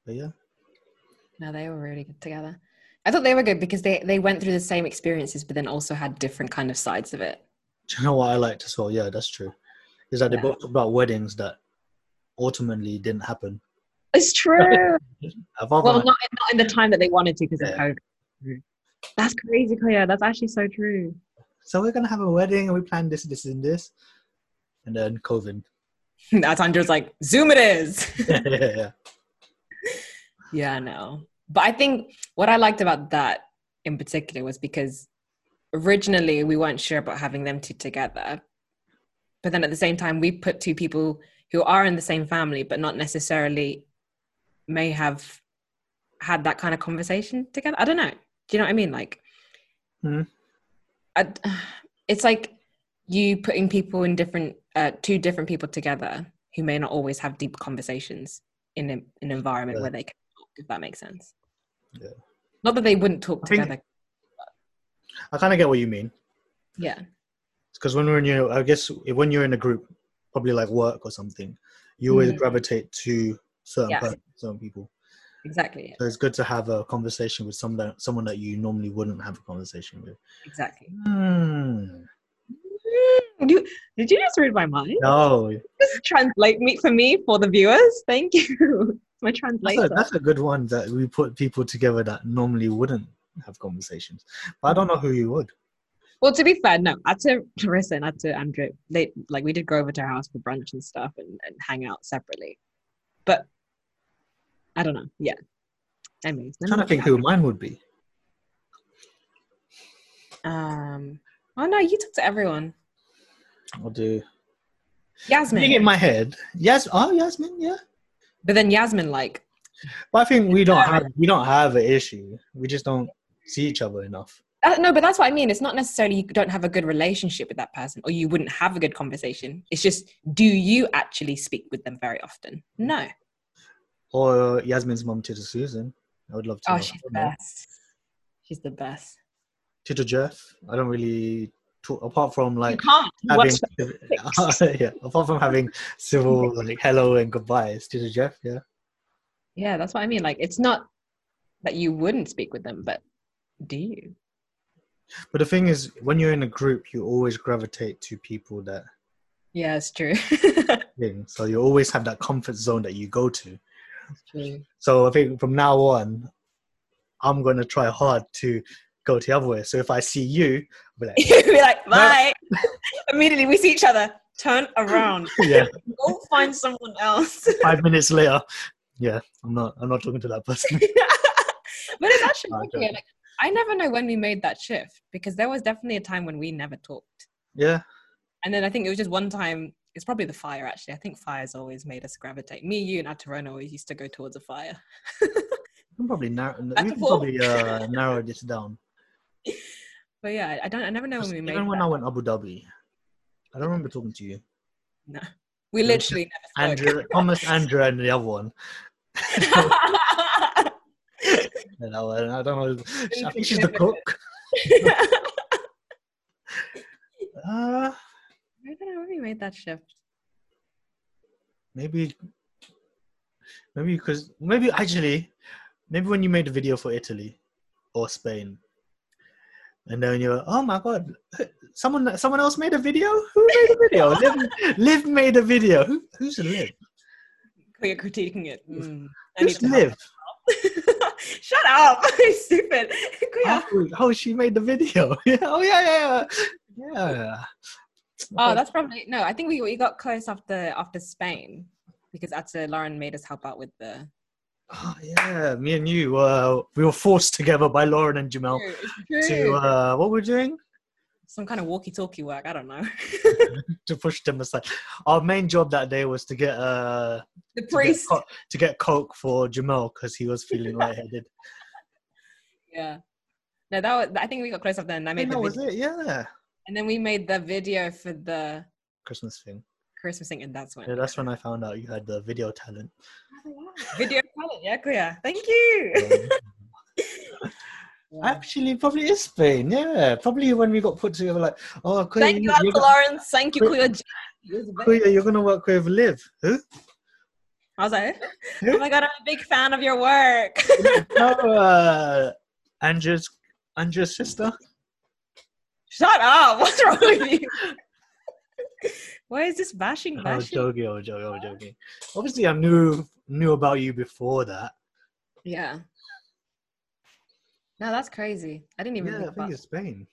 S1: But yeah,
S2: No, they were really good together. I thought they were good because they they went through the same experiences, but then also had different kind of sides of it.
S1: do you know what I liked as well? Yeah, that's true. Is that they
S2: Yeah.
S1: both talk about weddings that ultimately didn't happen.
S2: It's true.
S1: Apart
S2: well,
S1: from-
S2: not not in the time that they wanted to because
S1: Yeah.
S2: of COVID. That's crazy, Cleo. That's actually so true.
S1: so we're gonna have a wedding and we planned this, this, and this, and then COVID.
S2: That's Andrew's like Zoom. It is.
S1: yeah, yeah, yeah.
S2: Yeah, I know. But I think what I liked about that in particular was because originally we weren't sure about having them two together. But then at the same time, we put two people who are in the same family but not necessarily may have had that kind of conversation together. I don't know. Do you know what I mean? Like,
S1: Mhm.
S2: I, it's like you putting people in different, uh, two different people together who may not always have deep conversations in a, an environment
S1: Yeah.
S2: where they can talk, if that makes sense.
S1: Yeah.
S2: Not that they wouldn't talk
S1: I think-
S2: together.
S1: I kind of get what you mean.
S2: Yeah.
S1: because when we're in your i guess if- when you're in a group probably like work or something you always
S2: Mhm.
S1: gravitate to certain
S2: Yeah.
S1: person, certain people
S2: Exactly.
S1: so it's good to have a conversation with someone that someone that you normally wouldn't have a conversation with
S2: Exactly.
S1: Hmm.
S2: Mm, you- did you just read my mind?
S1: no
S2: Just translate me for me for the viewers. Thank you. My
S1: that's a,
S2: translator.
S1: that's a good one that we put people together that normally wouldn't have conversations but i don't know who you would
S2: Well, to be fair, no. I had to Marissa and I had to Andrew. They like we did go over to her house for brunch and stuff and, and hang out separately. But I don't know. Yeah. Anyways,
S1: i'm
S2: let me
S1: trying to
S2: look
S1: think
S2: it
S1: who mine would be
S2: up. Um. Oh no, you talk to everyone.
S1: i'll do Being in
S2: Yasmin.
S1: my head yes oh yasmin yeah
S2: But then Yasmin, like,
S1: but i think we don't have we don't have an issue we just don't see each other enough
S2: uh, no, but that's what I mean. It's not necessarily you don't have a good relationship with that person or you wouldn't have a good conversation. It's just, do you actually speak with them very often? No.
S1: or Yasmin's mom, Tita Susan. I would love to.
S2: Oh,
S1: know
S2: she's
S1: her
S2: the
S1: name.
S2: best. She's the best.
S1: Tita Jeff. I don't really talk apart from
S2: you
S1: like
S2: can't
S1: having
S2: watch
S1: yeah, apart from having civil like hello and goodbyes. Tita Jeff, yeah.
S2: Yeah, that's what I mean. Like, it's not that you wouldn't speak with them, but do you?
S1: But the thing is, when you're in a group, you always gravitate to people that
S2: Yeah, it's true.
S1: thing. So you always have that comfort zone that you go to.
S2: true.
S1: So I think from now on, I'm gonna try hard to go the other way. So if I see you, I'll be like,
S2: You'd be like, bye. Immediately we see each other. Turn around.
S1: yeah.
S2: Go find someone else.
S1: Five minutes later, yeah, I'm not. I'm not talking to that person.
S2: but it's actually
S1: I
S2: okay.
S1: don't-
S2: Like, I never know when we made that shift because there was definitely a time when we never talked.
S1: Yeah.
S2: And then I think it was just one time. It's probably the fire, actually. I think fire's always made us gravitate. Me, you, and Atarona always used to go towards a fire.
S1: We can probably narrow. We
S2: Back
S1: can
S2: and forth.
S1: probably uh, narrow this down.
S2: But yeah, I- I don't. I never know when we made.
S1: Even when
S2: that.
S1: I went Abu Dhabi, I don't remember talking to you.
S2: No. We literally never spoke.
S1: Andrew, Thomas, Andrew, and the other one. And I, was- I don't know. I think she's the cook. Uh,
S2: I don't know when we made that shift.
S1: maybe, maybe because maybe actually, maybe when you made the video for Italy or Spain, and then you're like, oh my god, someone someone else made a video. Who made a video? Liv, Liv made a video. Who, who's Liv?
S2: We're critiquing it. Mm, I need
S1: Who's
S2: to help.
S1: Liv?
S2: Shut up! Stupid. Kuya.
S1: Oh, oh, she made the video. Yeah, oh, yeah, yeah, yeah. yeah.
S2: Oh, that's probably no. I think we, we got close after after Spain because after Lauren made us help out with the.
S1: Oh, yeah. Me and you, uh, we were forced together by Lauren and Jamel
S2: True, it's
S1: to
S2: true.
S1: uh, what we're doing
S2: Some kind of walkie-talkie work. I don't know.
S1: to push them aside. Our main job that day was to get uh,
S2: the
S1: to get,
S2: priest.
S1: co- to get coke for Jamel because he was feeling lightheaded.
S2: Yeah. No, that was. I think we got close after, and I
S1: I
S2: made
S1: think
S2: the
S1: that Oh, was
S2: video,
S1: it. Yeah,
S2: and then we made the video for the
S1: Christmas thing.
S2: Christmas thing, and that's when.
S1: Yeah, that's when I found out you had the video talent.
S2: Video talent, yeah, Kuya. Thank you.
S1: Um, Actually, probably is Spain. Yeah, probably when we got put together, like, oh, Queen,
S2: Thank you,
S1: you're
S2: Uncle
S1: gonna-
S2: Lawrence. Thank you,
S1: Wait.
S2: Kuya. G. It was
S1: Who
S2: amazing.
S1: Oh, yeah, you're gonna work with Liv? Who?
S2: I was like,
S1: Who?
S2: oh my god, I'm a big fan of your work.
S1: no, uh, Andrew's Andrew's sister.
S2: Shut up! What's wrong with you? Why is this bashing?
S1: I was
S2: Bashing?
S1: joking. I was joking. I was joking. Obviously, I knew knew about you before that.
S2: yeah. No, that's crazy. I didn't even
S1: Yeah, I
S2: think about.
S1: think it's Spain.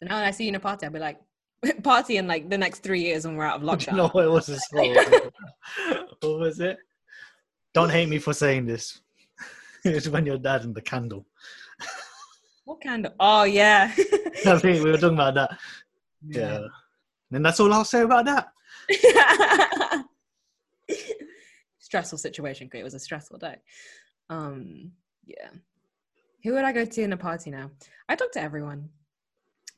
S2: So now when I see you in a party, I'll be like, party in like the next three years when we're out of lockdown.
S1: no, it wasn't Spain. what was it? Don't hate me for saying this. it's when your dad and the candle.
S2: What kind of? Oh yeah.
S1: I think we were talking about that. Yeah. And that's all I'll say about that.
S2: stressful situation. Great, it was a stressful day. Um, yeah. Who would I go to in a party now? I talk to everyone.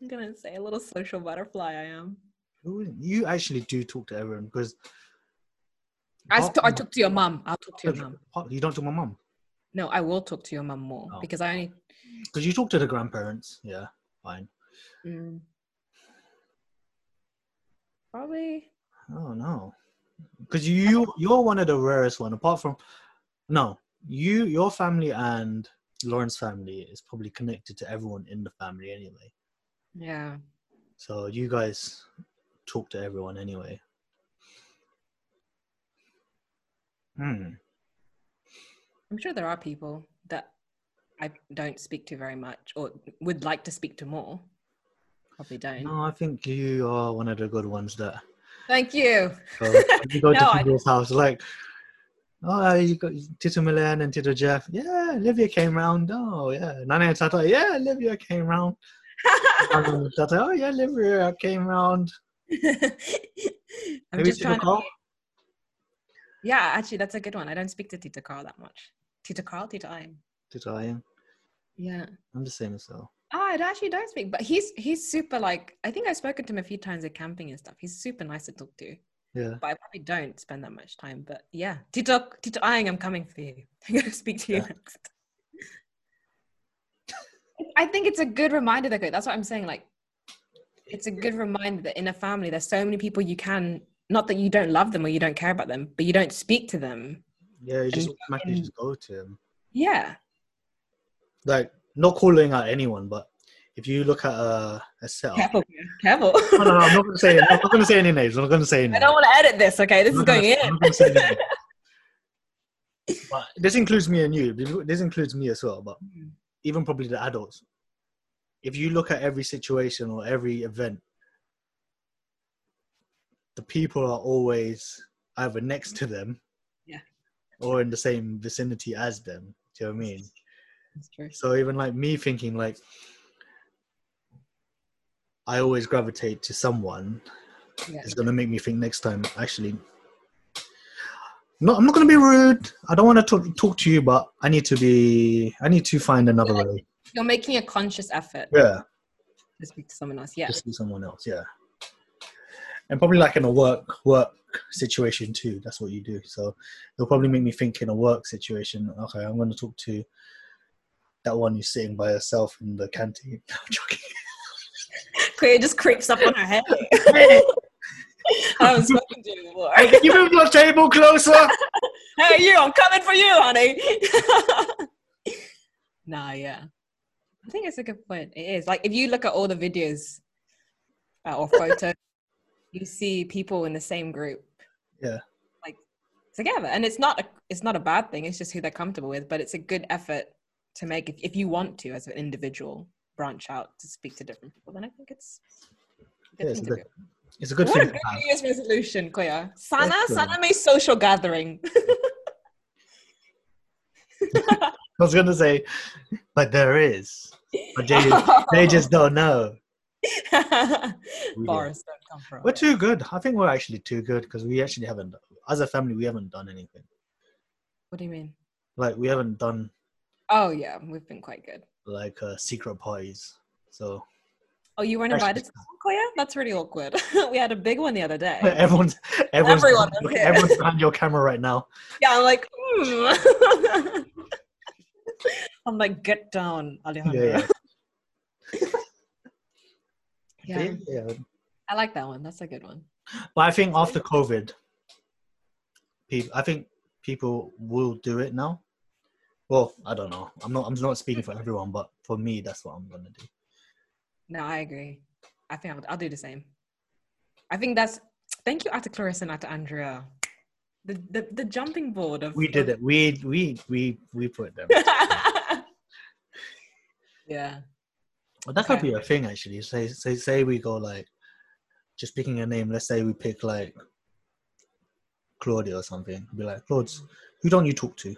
S2: I'm gonna say a little social butterfly. I am.
S1: Who- You actually do talk to everyone because
S2: I, s-
S1: Oh.
S2: I talk to your mum. I'll talk to your mum.
S1: you don't talk to my mum
S2: No, I will talk to your mum more
S1: Oh.
S2: because I only.
S1: because you talk to the grandparents. Yeah, fine.
S2: Mm, probably.
S1: Oh no, because you you're one of the rarest one. Apart from no, you your family and Lauren's family is probably connected to everyone in the family anyway.
S2: Yeah.
S1: So you guys talk to everyone anyway. Hmm.
S2: I'm sure there are people that I don't speak to very much or would like to speak to more. Probably don't.
S1: No, I think you are one of the good ones that
S2: Thank you.
S1: So when you go
S2: No,
S1: to
S2: I-
S1: people's house, like, oh, you got Tito Milan and Tito Jeff. Yeah, Olivia came round. Oh, yeah. Nana and Tata. Yeah, Olivia came round. Nana and Tata. Oh, yeah, Olivia came round.
S2: I'm
S1: Maybe
S2: just
S1: Tito
S2: trying to.
S1: Carl.
S2: Yeah, actually, that's a good one. I don't speak to Tita Carl that much. Tita Carl, Tita Ian.
S1: Tito Ian.
S2: Yeah.
S1: I'm just saying so.
S2: Oh, I actually don't speak, but he's he's super like I think I've spoken to him a few times at camping and stuff. He's super nice to talk to,
S1: Yeah.
S2: but I probably don't spend that much time. But yeah, Tito Tito Aying, I'm coming for you. I'm gonna speak to you
S1: Yeah.
S2: next. I think it's a good reminder though. That's what I'm saying. Like, it's a good reminder that in a family, there's so many people you can not that you don't love them or you don't care about them, but you don't speak to them.
S1: Yeah, you just
S2: And-
S1: automatically just go to him.
S2: Yeah,
S1: Like, not calling out anyone, but if you look at a, a setup.
S2: Oh. careful, careful.
S1: No, no, no, I'm not going to say. I'm not going to say any names. I'm not going to say any.
S2: I
S1: names.
S2: don't want to edit this. Okay, this
S1: I'm not
S2: is
S1: gonna-
S2: going in.
S1: I'm not gonna say anything. but this includes me and you. This includes me as well. But
S2: Mm.
S1: even probably the adults. If you look at every situation or every event, the people are always either next to them,
S2: Yeah.
S1: or in the same vicinity as them. Do you know what I mean?
S2: That's true.
S1: So even like me thinking like, I always gravitate to someone
S2: Yeah.
S1: it's gonna make me think next time. Actually, no, I'm not gonna be rude. I don't want to talk, talk to you, but I need to be. I need to find another way.
S2: You're making a conscious effort
S1: Yeah,
S2: to speak to someone else. Yeah.
S1: to see someone else. Yeah, and probably like in a work work situation too. That's what you do. So it'll probably make me think in a work situation. Okay, I'm gonna talk to that one who's sitting by herself in the canteen. I'm joking.
S2: Claire just creeps up on her head.
S1: Hey,
S2: I haven't spoken to you before.
S1: can you move your table closer?
S2: Hey, you, I'm coming for you, honey. nah, yeah. I think it's a good point. It is. Like, if you look at all the videos uh, or photos, you see people in the same group.
S1: Yeah.
S2: Like, together. And it's not a, it's not a bad thing. It's just who they're comfortable with. But it's a good effort to make if, if you want to, as an individual, branch out to speak to different people. Then I think it's a good
S1: Yeah, it's
S2: thing
S1: a
S2: to
S1: good-
S2: do.
S1: It's a good
S2: what a
S1: thing.
S2: good
S1: to have.
S2: New Year's resolution, Cleo. Sana,
S1: Excellent.
S2: Sana means social gathering.
S1: I was gonna say, but there is. But they just,
S2: Uh-huh.
S1: they just don't know.
S2: Bars don't come from.
S1: We're too good. I think we're actually too good because we actually haven't, as a family, we haven't done anything.
S2: What do you mean?
S1: Like we haven't done
S2: Oh yeah, we've been quite good.
S1: like uh, secret parties. So
S2: Oh, you weren't
S1: Actually,
S2: invited to one, Cleo? That's really awkward. we had a big one the other day.
S1: everyone's everyone's
S2: Everyone
S1: behind,
S2: was
S1: your-
S2: here.
S1: everyone's behind your camera right now.
S2: Yeah, I'm like, hmm. I'm like, get down, Alejandro.
S1: Yeah, yeah.
S2: Yeah,
S1: Yeah, yeah.
S2: I like that one. That's a good one.
S1: But I think after COVID, people, I think people will do it now. Well, I don't know. I'm not. I'm not speaking for everyone, but for me, that's what I'm gonna do.
S2: No, I agree. I think I'll, I'll do the same. I think that's. Thank you, Ata Clarissa and Ata Andrea. The, the the jumping board of
S1: We did
S2: of-
S1: it. We we we we put them.
S2: yeah.
S1: Well, that could
S2: Okay.
S1: be a thing actually. Say say say we go like just picking a name, let's say we pick like Claudia or something. Be like, Claude, who don't you talk to?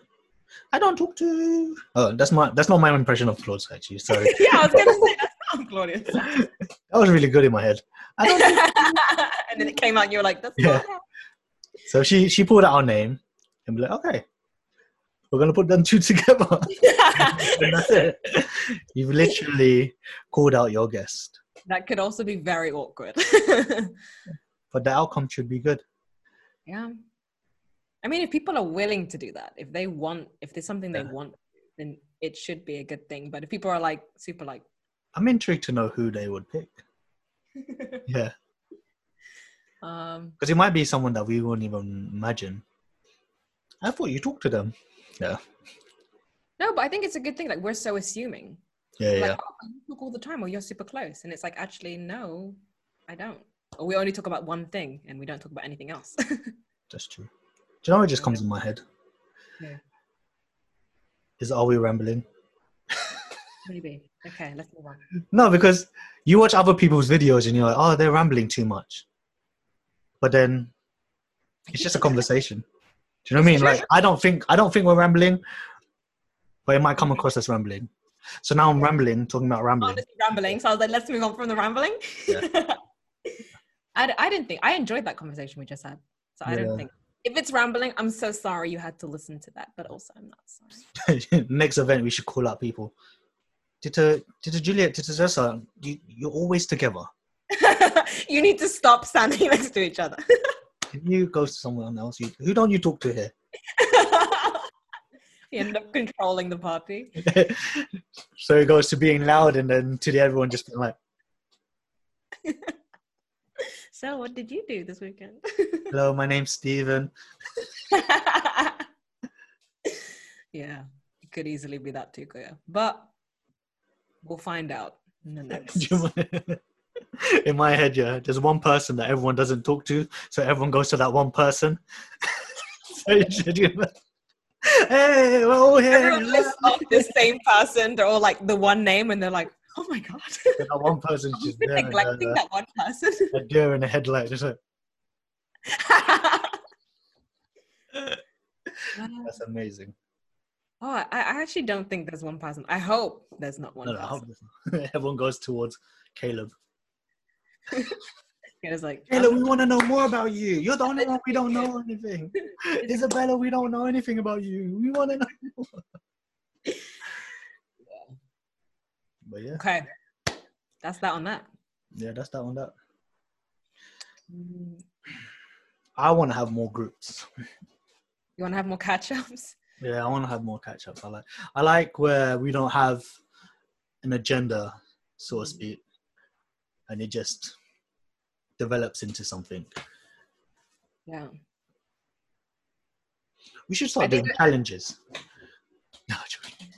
S1: I don't talk to Oh, that's my that's not my impression of Claude actually, sorry.
S2: yeah, I was gonna say that's not Claudius.
S1: That was really good in my head. I don't think-
S2: and then it came out, and you were like, "That's
S1: Yeah.
S2: not happening."
S1: so she she pulled out our name and be like, okay, we're gonna put them two together. and that's it. You've literally called out your guest,
S2: that could also be very awkward.
S1: but the outcome should be good.
S2: yeah. I mean, if people are willing to do that, if they want, if there's something they
S1: Yeah.
S2: want, then it should be a good thing. But if people are like super like,
S1: I'm intrigued to know who they would pick. Yeah,
S2: um,
S1: because it might be someone that we wouldn't even imagine. I thought you talked to them. Yeah,
S2: no, but I think it's a good thing. Like we're so assuming.
S1: yeah, yeah.
S2: Like, oh, you talk all the time, or you're super close, and it's like actually no, I don't. Or we only talk about one thing, and we don't talk about anything else.
S1: That's true. Do you know what just comes in my head?
S2: Yeah.
S1: Is are we rambling?
S2: Maybe. Okay, let's move on.
S1: No, because you watch other people's videos and you're like, oh, they're rambling too much. But then it's just a conversation. Do you know what I mean?
S2: It's true.
S1: Like I don't think I don't think we're rambling, but it might come across as rambling. So now I'm rambling, talking about rambling.
S2: Honestly, rambling. So I was like, let's move on from the rambling. I, d- I didn't think I enjoyed that conversation we just had. So I
S1: Yeah.
S2: don't think if it's rambling, I'm so sorry you had to listen to that. But also, I'm not sorry.
S1: Next event, we should call out people. Tita, Tita Juliet, Tita Zessa, you, you're always together.
S2: you need to stop standing next to each other.
S1: Can you go to someone else? You, who don't you talk to here?
S2: you end up controlling the party.
S1: so it goes to being loud and then to the everyone just being like,
S2: So, what did you do this weekend?
S1: hello, my name's Steven.
S2: yeah, it could easily be that too, Koya. But we'll find out in the next.
S1: Do you mind- In my head, yeah, there's one person that everyone doesn't talk to, so everyone goes to that one person. so you should, you hey, we're all here.
S2: Everyone lists off the same person. They're all like the one name, and they're like, "Oh my god,
S1: And that one person's
S2: I'm
S1: just there, and
S2: neglecting
S1: they're-
S2: that one person."
S1: a deer in a headlight. Just like, that's amazing.
S2: oh, I, I actually don't think there's one person. I hope there's not one.
S1: No, no, I
S2: person.
S1: hope everyone goes towards Caleb.
S2: It's like oh,
S1: Caleb, we want to know more about you. You're the only one we don't know anything. Isabella, we don't know anything about you. We want to know. more." But yeah,
S2: okay, that's that on that.
S1: yeah, that's that one. That
S2: Mm,
S1: I want to have more groups.
S2: You want to have more catch-ups?
S1: Yeah, I want to have more catch ups. I like, I like where we don't have an agenda, so to speak, and it just develops into something.
S2: Yeah.
S1: We should
S2: I
S1: start
S2: think
S1: doing challenges. No, I'm joking.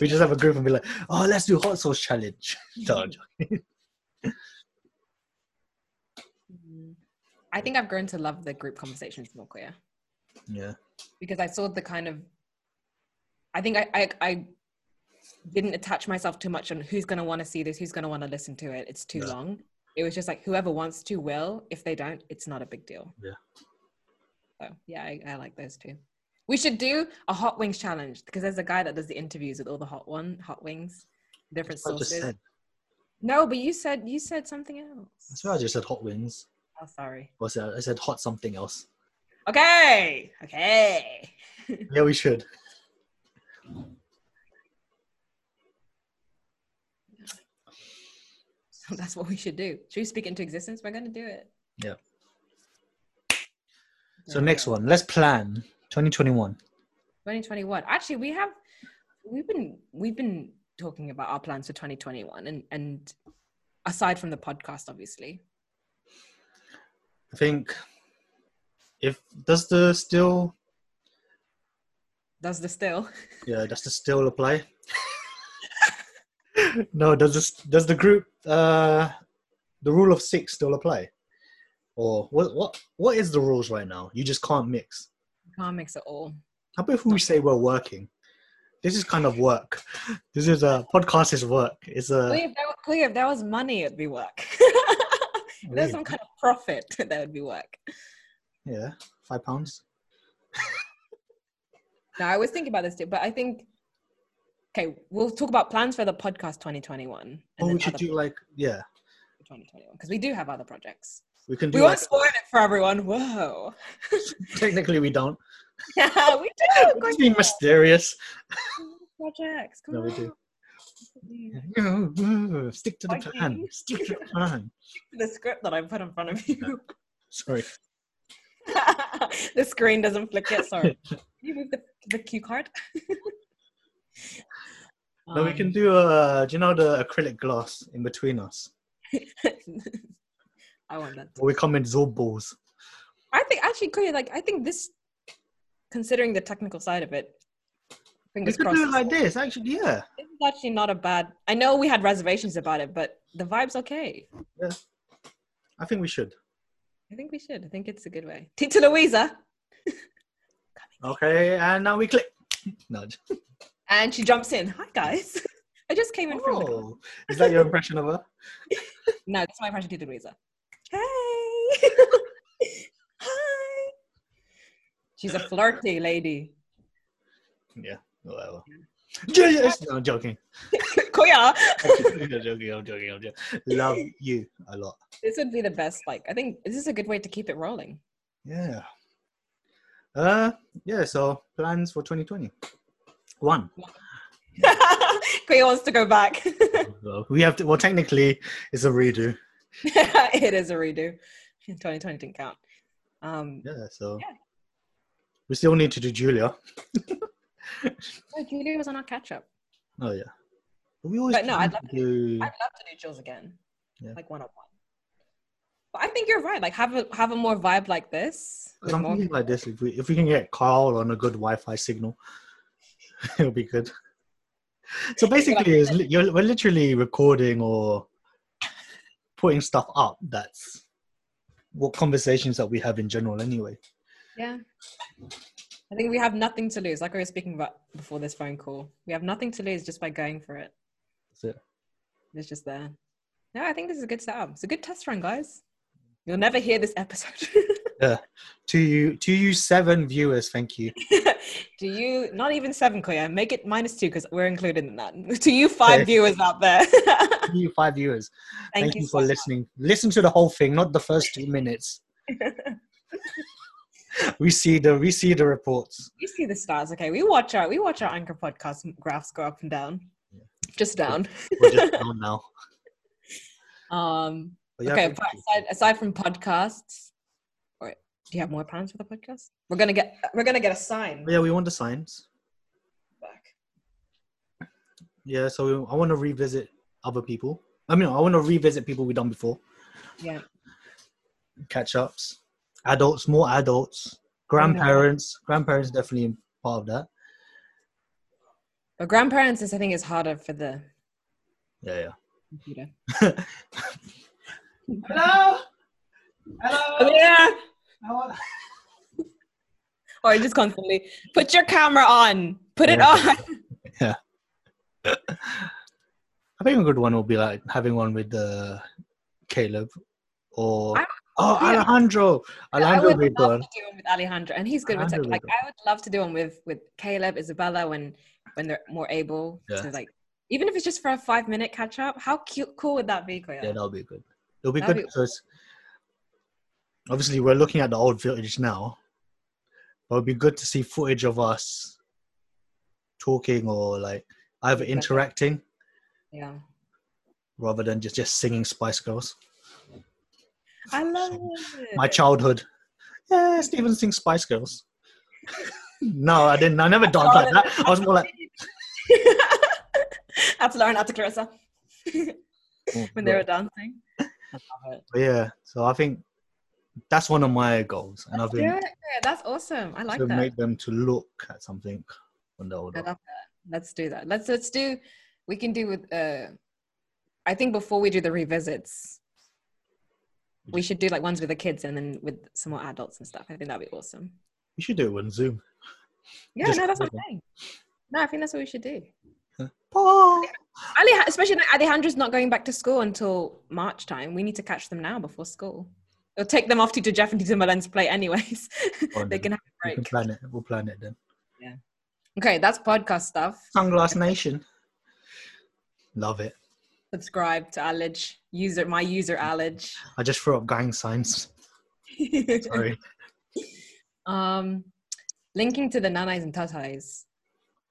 S1: we just have a group and be like, oh, let's do hot sauce challenge. No, I'm joking.
S2: Mm. I think I've grown to love the group conversations more, Koya.
S1: yeah,
S2: because I saw the kind of I think I I, I didn't attach myself too much on who's going to want to see this, who's going to want to listen to it. It's too
S1: Yeah.
S2: long. It was just like whoever wants to will. If they don't, it's not a big deal.
S1: Yeah.
S2: So yeah, I, I like those two. We should do a hot wings challenge because there's a guy that does the interviews with all the hot one hot wings, different
S1: that's what I just
S2: sauces.
S1: said.
S2: No, but you said you said something else.
S1: That's why I just said hot wings.
S2: Oh, sorry.
S1: What's that? I said hot something else.
S2: Okay, okay.
S1: Yeah, we should.
S2: So that's what we should do. Should we speak into existence? We're going to do it.
S1: Yeah. So next one, let's plan 2021.
S2: 2021. Actually, we have we've been we've been talking about our plans for 2021 and and aside from the podcast obviously.
S1: I think if does the still
S2: Does the still?
S1: yeah does the still apply? no, does this does the group uh the rule of six still apply? Or what what what is the rules right now? You just can't mix.
S2: Can't mix it all.
S1: How about if we say we're working? This is kind of work. This is a podcast is work. It's a
S2: Clear, if there, were- clear, if there was money, it'd be work. if there's some kind of profit, that would be work.
S1: yeah five pounds.
S2: No, I was thinking about this too, but I think okay, we'll talk about plans for the podcast 2021. and
S1: Or
S2: then
S1: Oh, we should
S2: other-
S1: do like yeah
S2: for 2021 because we do have other projects.
S1: We can do
S2: We
S1: like,
S2: won't spoil it for everyone. Whoa.
S1: technically we don't.
S2: yeah, we do.
S1: It's
S2: Going
S1: being
S2: back.
S1: mysterious.
S2: projects. Come
S1: No, we
S2: on.
S1: do.
S2: Mm.
S1: No, no, stick to the plan.
S2: Fighting.
S1: Stick to the plan.
S2: The script that I put in front of you.
S1: Sorry.
S2: the screen doesn't flick it. Sorry. Can you move the, the cue card?
S1: No, we
S2: Um,
S1: can do uh do you know the acrylic glass in between us?
S2: I want that.
S1: Or we comment zorb balls.
S2: I think actually, Koya, like I think this, considering the technical side of it,
S1: We
S2: fingers
S1: could
S2: crossed.
S1: do it like this, actually, yeah.
S2: this is actually not a bad. I know we had reservations about it, but the vibe's okay.
S1: I think we should.
S2: I think we should. I think it's a good way. Tita Louisa,
S1: Okay, and now we click. Nudge.
S2: and she jumps in. Hi guys, I just came in from. The-
S1: Oh, is that your impression of her?
S2: no, that's my impression of Tita Louisa. Hey, hi. She's a flirty lady.
S1: Yeah, whatever. Yes, no, I'm joking.
S2: Koya,
S1: I'm joking. I'm joking. I'm joking. Love you a lot.
S2: this would be the best. Like, I think this is a good way to keep it rolling.
S1: Yeah. Uh, yeah. So plans for 2020. One.
S2: Koya wants to go back.
S1: So we have to. Well, technically, it's a redo.
S2: it is a redo. 2020 didn't count. Um,
S1: Yeah. So
S2: Yeah.
S1: we still need to do Julia.
S2: no, Julia was on our catch up.
S1: Oh yeah. We always.
S2: But no, I'd
S1: plan
S2: love to
S1: do.
S2: I'd love to do Jules again,
S1: Yeah.
S2: like one on one. But I think you're right. Like have a have a more vibe like this. with more-
S1: Something like this. If we if we can get Carl on a good Wi-Fi signal, it'll be good. So basically, it's, li- you're, we're literally recording or putting stuff up. That's what conversations that we have in general, anyway.
S2: Yeah. I think we have nothing to lose. Like we were speaking about before this phone call, we have nothing to lose just by going for it.
S1: That's it.
S2: It's just there. No, I think this is a good setup. It's a good test run, guys. You'll never hear this episode.
S1: To you, to you, seven viewers. Thank you.
S2: Do you not even seven, Koya? Make it minus two because we're included in that. To you, five
S1: Okay.
S2: viewers out there. Thank,
S1: To you, five viewers. Thank, you,
S2: so
S1: for listening. Listen to the whole thing, not the first two minutes. we see the we see the reports.
S2: You see the stars, okay? We watch our we watch our anchor podcast graphs go up and down,
S1: Yeah.
S2: just down.
S1: We're just down now.
S2: Um,
S1: But yeah,
S2: okay,
S1: thank
S2: but
S1: you.
S2: aside, aside from podcasts, or do you have more plans for the podcast? We're gonna get we're gonna get a sign
S1: But yeah, we want the signs.
S2: back.
S1: Yeah, so I want to revisit other people. I mean, I want to revisit people we've done before,
S2: Yeah,
S1: catch ups, adults, more adults, grandparents. Grandparents definitely part of that.
S2: but grandparents is I think is harder for the
S1: Yeah, yeah.
S2: computer.
S1: Hello, hello.
S2: yeah.
S1: How-
S2: Or just constantly put your camera on, put it
S1: Yeah.
S2: on.
S1: I think a good one will be like having one with uh, Caleb or
S2: I-
S1: oh
S2: yeah.
S1: Alejandro.
S2: I
S1: Alejandro
S2: would
S1: will be
S2: love
S1: good.
S2: to do one with Alejandro, and he's good with tech.
S1: Alejandro
S2: Like
S1: would
S2: I would love to do one with with Caleb, Isabella, when when they're more able
S1: Yeah.
S2: to like, even if it's just for a five minute catch up. How cute, cool would that be, Koya?
S1: Yeah, that'll be good. It'll be
S2: That'll
S1: good
S2: be-
S1: because obviously we're looking at the old footage now. But it'd be good to see footage of us talking or like either
S2: Exactly.
S1: interacting
S2: Yeah.
S1: rather than just, just singing Spice Girls.
S2: I love it.
S1: My childhood. Yeah, Steven sings Spice Girls. no, I didn't. I never danced like that. I was more like
S2: After Lauren, after Clarissa, when they were dancing. I love it.
S1: But yeah, so I think that's one of my goals, and I've been
S2: Yeah, yeah, that's awesome. I like
S1: to
S2: that.
S1: make them to look at something when they're
S2: I
S1: older.
S2: love that. Let's do that. Let's let's do. We can do with. Uh, I think before we do the revisits, we should do like ones with the kids and then with some more adults and stuff. I think that'd be awesome.
S1: You should do it on Zoom.
S2: Yeah,
S1: Just
S2: no, that's what I'm
S1: kidding.
S2: saying. No, I think that's what we should do.
S1: Oh,
S2: Alej- especially now Alejandra's not going back to school until March time. We need to catch them now before school. Or take them off to Jeff and Teacher Malene's play, anyways.
S1: on
S2: they
S1: then.
S2: can have a
S1: we can
S2: break.
S1: plan it. We'll plan it then.
S2: Okay, that's podcast stuff.
S1: Sunglass Nation. Love it.
S2: Subscribe to Alij. User my user Alij.
S1: I just threw up gang signs. Sorry.
S2: um, linking to the nanas and tatas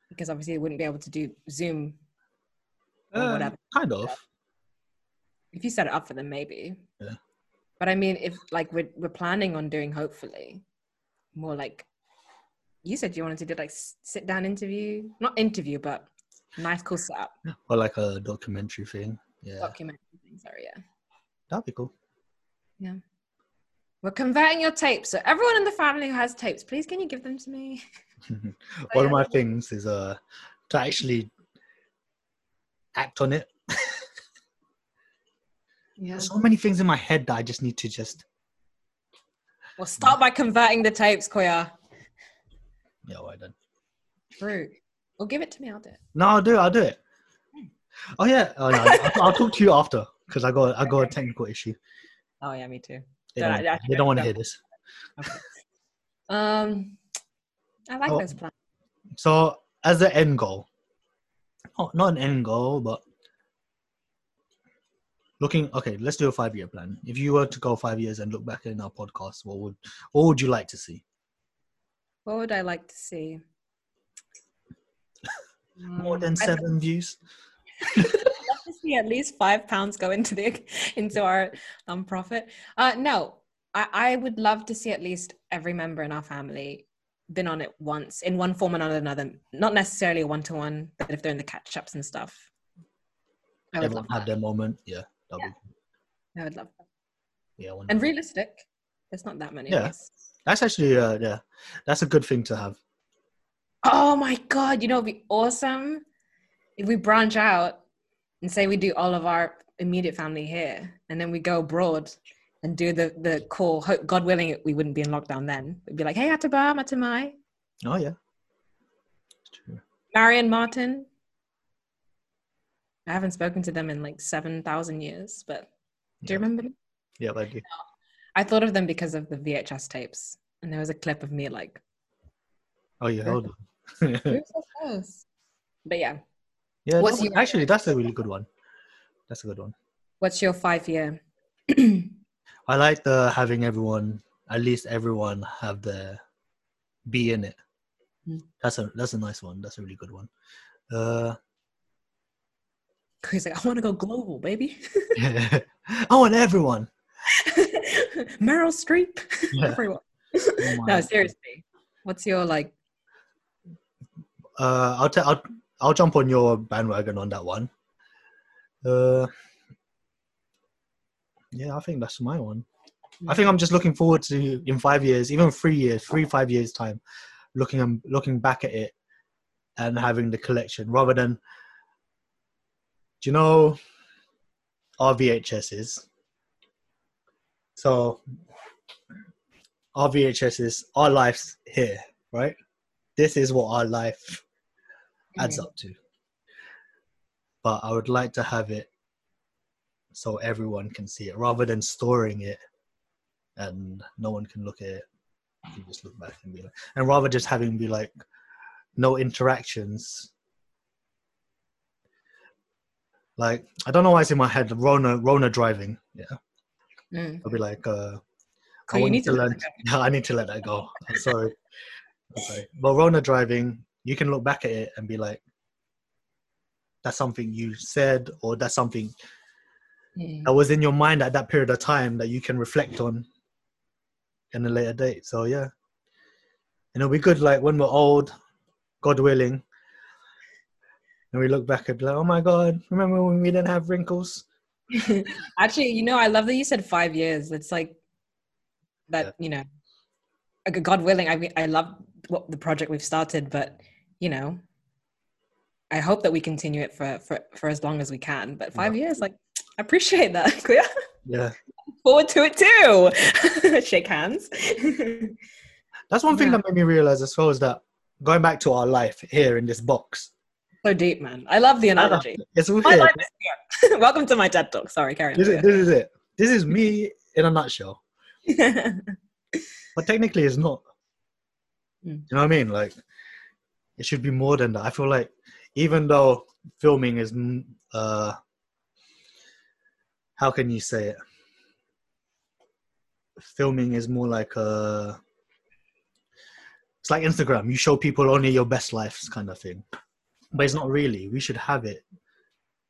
S2: because obviously they wouldn't be able to do Zoom or
S1: Uh,
S2: whatever.
S1: kind of.
S2: If you set it up for them, maybe.
S1: Yeah.
S2: But I mean, if like we're we're planning on doing, hopefully, more like you said you wanted to do like sit down interview, not interview, but nice cool setup
S1: Or like a documentary thing. Yeah.
S2: documentary thing. Sorry, yeah.
S1: That'd be cool.
S2: We're converting your tapes. So everyone in the family who has tapes, please can you give them to me?
S1: One of
S2: yeah.
S1: my things is uh to actually act on it.
S2: Yeah.
S1: There's so many things in my head that I just need to just
S2: Well, start by converting the tapes, Koya.
S1: yeah, why then?
S2: Through. Well, give it to me. I'll do it.
S1: No, I'll do it. I'll do it. Oh yeah, oh, no, I'll, I'll talk to you after because I got I got a technical issue.
S2: Oh yeah, me too.
S1: They
S2: Don't-
S1: don't,
S2: I- I-
S1: they don't want to hear this.
S2: Um, I like
S1: Oh.
S2: those plans.
S1: So as an end goal, not not an end goal, but looking okay. Let's do a five year plan. If you were to go five years and look back in our podcast, what would what would you like to see?
S2: What would I like to see?
S1: More
S2: Um,
S1: than
S2: I'd
S1: seven views.
S2: like to see at least five pounds go into the into our um profit. Uh, no, I, I would love to see at least every member in our family been on it once in one form or another. Not necessarily one to one, but if they're in the catch ups and stuff. I would
S1: Everyone
S2: love
S1: had
S2: that.
S1: their moment. Yeah, that'd
S2: I would love that.
S1: be yeah. one-
S2: And realistic. There's not that many. of
S1: Yeah.
S2: us.
S1: that's actually uh, yeah, that's a good thing to have.
S2: Oh my god, you know it'd be awesome if we branch out and say we do all of our immediate family here and then we go abroad and do the the call. Ho- God willing we wouldn't be in lockdown then. We'd be like, hey Ataba, Matamai,
S1: Oh yeah, it's true.
S2: Marion Martin. I haven't spoken to them in like seven thousand years, but do
S1: Yeah.
S2: you remember me?
S1: Yeah, I do.
S2: I thought of them because of the VHS tapes. And there was a clip of me like
S1: Oh, you
S2: Sure.
S1: held it.
S2: we were so close. But yeah.
S1: yeah,
S2: What's
S1: that-
S2: your-
S1: actually, that's a really good one. That's a good one.
S2: What's your five year
S1: I like the having everyone, at least everyone, have their be in it.
S2: Mm.
S1: That's a that's a nice one. That's a really good one. Uh,
S2: He's like, I want to go global, baby.
S1: I want everyone.
S2: Meryl Streep.
S1: Yeah.
S2: Everyone.
S1: Oh my-
S2: No, seriously. What's your like?
S1: Uh, I'll, ta- I'll I'll jump on your bandwagon on that one. Uh, yeah, I think that's my one. I think I'm just looking forward to in five years, even three years, three five years time, looking and looking back at it and having the collection rather than. Do you know our VHSs? So our VHSs, our life's here, right? This is what our life adds up to. But I would like to have it so everyone can see it rather than storing it and no one can look at it. You can just look back and be like, and rather just having be like no interactions. Like I don't know why it's in my head. Rona, Rona driving. Yeah,
S2: Mm.
S1: I'll be like, uh,
S2: Cool,
S1: I
S2: you
S1: want
S2: need to
S1: learn. No, I need to let that go. I'm sorry. I'm sorry. But Rona driving, you can look back at it and be like, that's something you said, or that's something
S2: Mm.
S1: that was in your mind at that period of time that you can reflect on in a later date. So, yeah. And it'll be good, like, when we're old, God willing, and we look back and be like, oh my God, remember when we didn't have wrinkles?
S2: Actually, you know, I love that you said five years. It's like that. You know, like, God willing, I mean, I love what the project we've started, but you know, I hope that we continue it for for for as long as we can. But five years, like, I appreciate that. Kuya.
S1: Yeah.
S2: forward to it too. Shake hands. mm.
S1: That's one thing
S2: Yeah.
S1: that made me realize as well is that going back to our life here in this box,
S2: So deep, man. I love the analogy.
S1: it's weird.
S2: My life is here. Welcome to my TED talk. Sorry, carry
S1: This is,
S2: on.
S1: this is it. This is me in a nutshell. But technically, it's not.
S2: Mm.
S1: You know what I mean? Like, it should be more than that. I feel like even though filming is mm, uh, how can you say it? Filming is more like a. It's like Instagram. You show people only your best lives, kind of thing. But it's not really. We should have it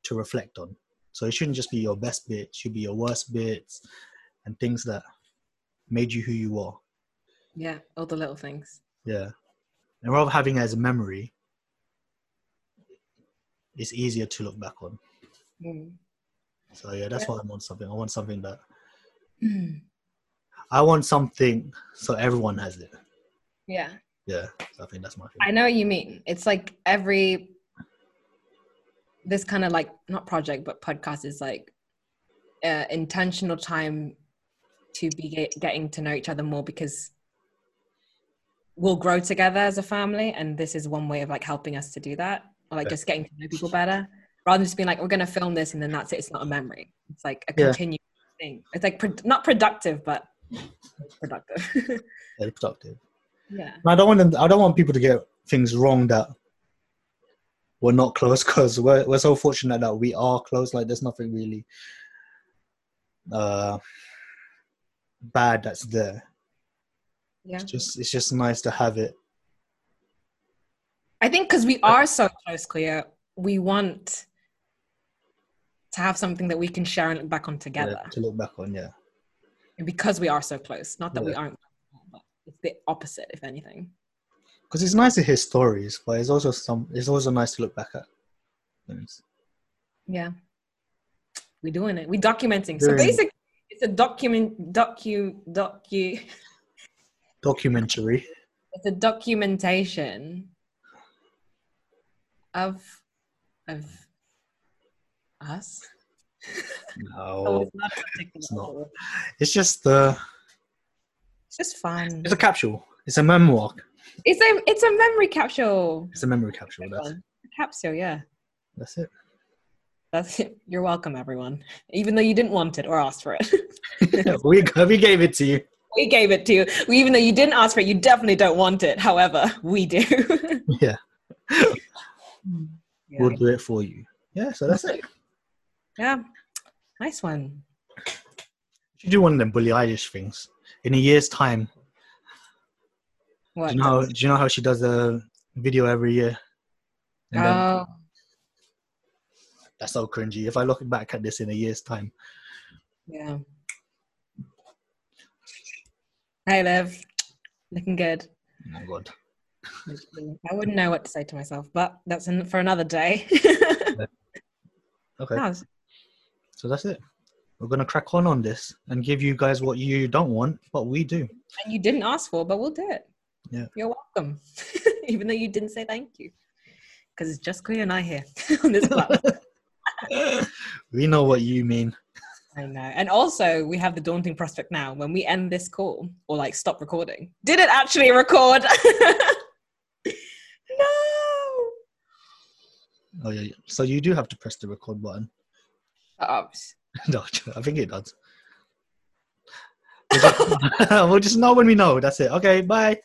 S1: to reflect on. So it shouldn't just be your best bit. It should be your worst bits and things that made you who you are.
S2: Yeah, all the little things.
S1: Yeah. And rather having it as a memory, it's easier to look back on.
S2: Mm.
S1: So yeah, that's
S2: Yeah.
S1: why I want something. I want something that
S2: Mm.
S1: I want something so everyone has it.
S2: Yeah.
S1: Yeah. So I think that's my thing.
S2: I know what you mean. It's like every this kind of like not project but podcast is like uh, intentional time to be get, getting to know each other more because we'll grow together as a family and this is one way of like helping us to do that or like
S1: Yeah.
S2: just getting to know people better rather than just being like we're going to film this and then that's it it's not a memory it's like a
S1: Yeah.
S2: continuous thing it's like pro- not productive but productive
S1: Very productive.
S2: yeah
S1: And I don't want them, I don't want people to get things wrong that we're not close because we're we're so fortunate that we are close. Like there's nothing really uh bad that's there.
S2: yeah
S1: It's just it's just nice to have it.
S2: I think because we are so close, Cleo, we want to have something that we can share and look back on
S1: yeah,
S2: together.
S1: to look back on, yeah.
S2: And Because we are so close, not that we
S1: Yeah.
S2: aren't, but it's the opposite, if anything.
S1: Because it's nice to hear stories, but it's also some it's also nice to look back at things.
S2: Yeah, we're doing it. We're documenting. So
S1: Doing it.
S2: basically, it's a document, docu, docu.
S1: Documentary.
S2: It's a documentation of of us.
S1: No.
S2: it's not.
S1: it's
S2: particular.
S1: Oh, It's just uh
S2: It's just fun.
S1: it's a capsule. It's a memoir.
S2: It's a it's a memory capsule.
S1: It's a memory capsule. That's it.
S2: Capsule. Capsule, yeah.
S1: That's it.
S2: That's it. You're welcome, everyone. Even though you didn't want it or ask for it,
S1: we we gave it to you.
S2: we gave it to you. We, even though you didn't ask for it, you definitely don't want it. However, we do.
S1: Yeah.
S2: yeah.
S1: We'll do it for you. Yeah, so that's it. You
S2: Yeah. Nice one.
S1: should do one of them Billie Eilish things. In a year's time, do
S2: What?
S1: you know how, do you know how she does a video every year? And then,
S2: oh,
S1: that's so cringy. If I look back at this in a year's time,
S2: yeah. Hey, Liv. Looking good.
S1: oh my god.
S2: I wouldn't know what to say to myself, but that's an, for another day.
S1: Okay,
S2: Nice.
S1: so that's it. We're gonna crack on on this and give you guys what you don't want, but we do.
S2: and you didn't ask for, but we'll do it.
S1: Yeah.
S2: You're welcome. Even though you didn't say thank you. Because it's just Cleo and I here on this platform.
S1: We know what you mean.
S2: I know. And also, we have the daunting prospect now when we end this call or like stop recording. Did it actually record? no.
S1: Oh yeah. yeah. So you do have to press the record button.
S2: Shut up.
S1: no, I think it does. We'll just know when we know. That's it. Okay, bye.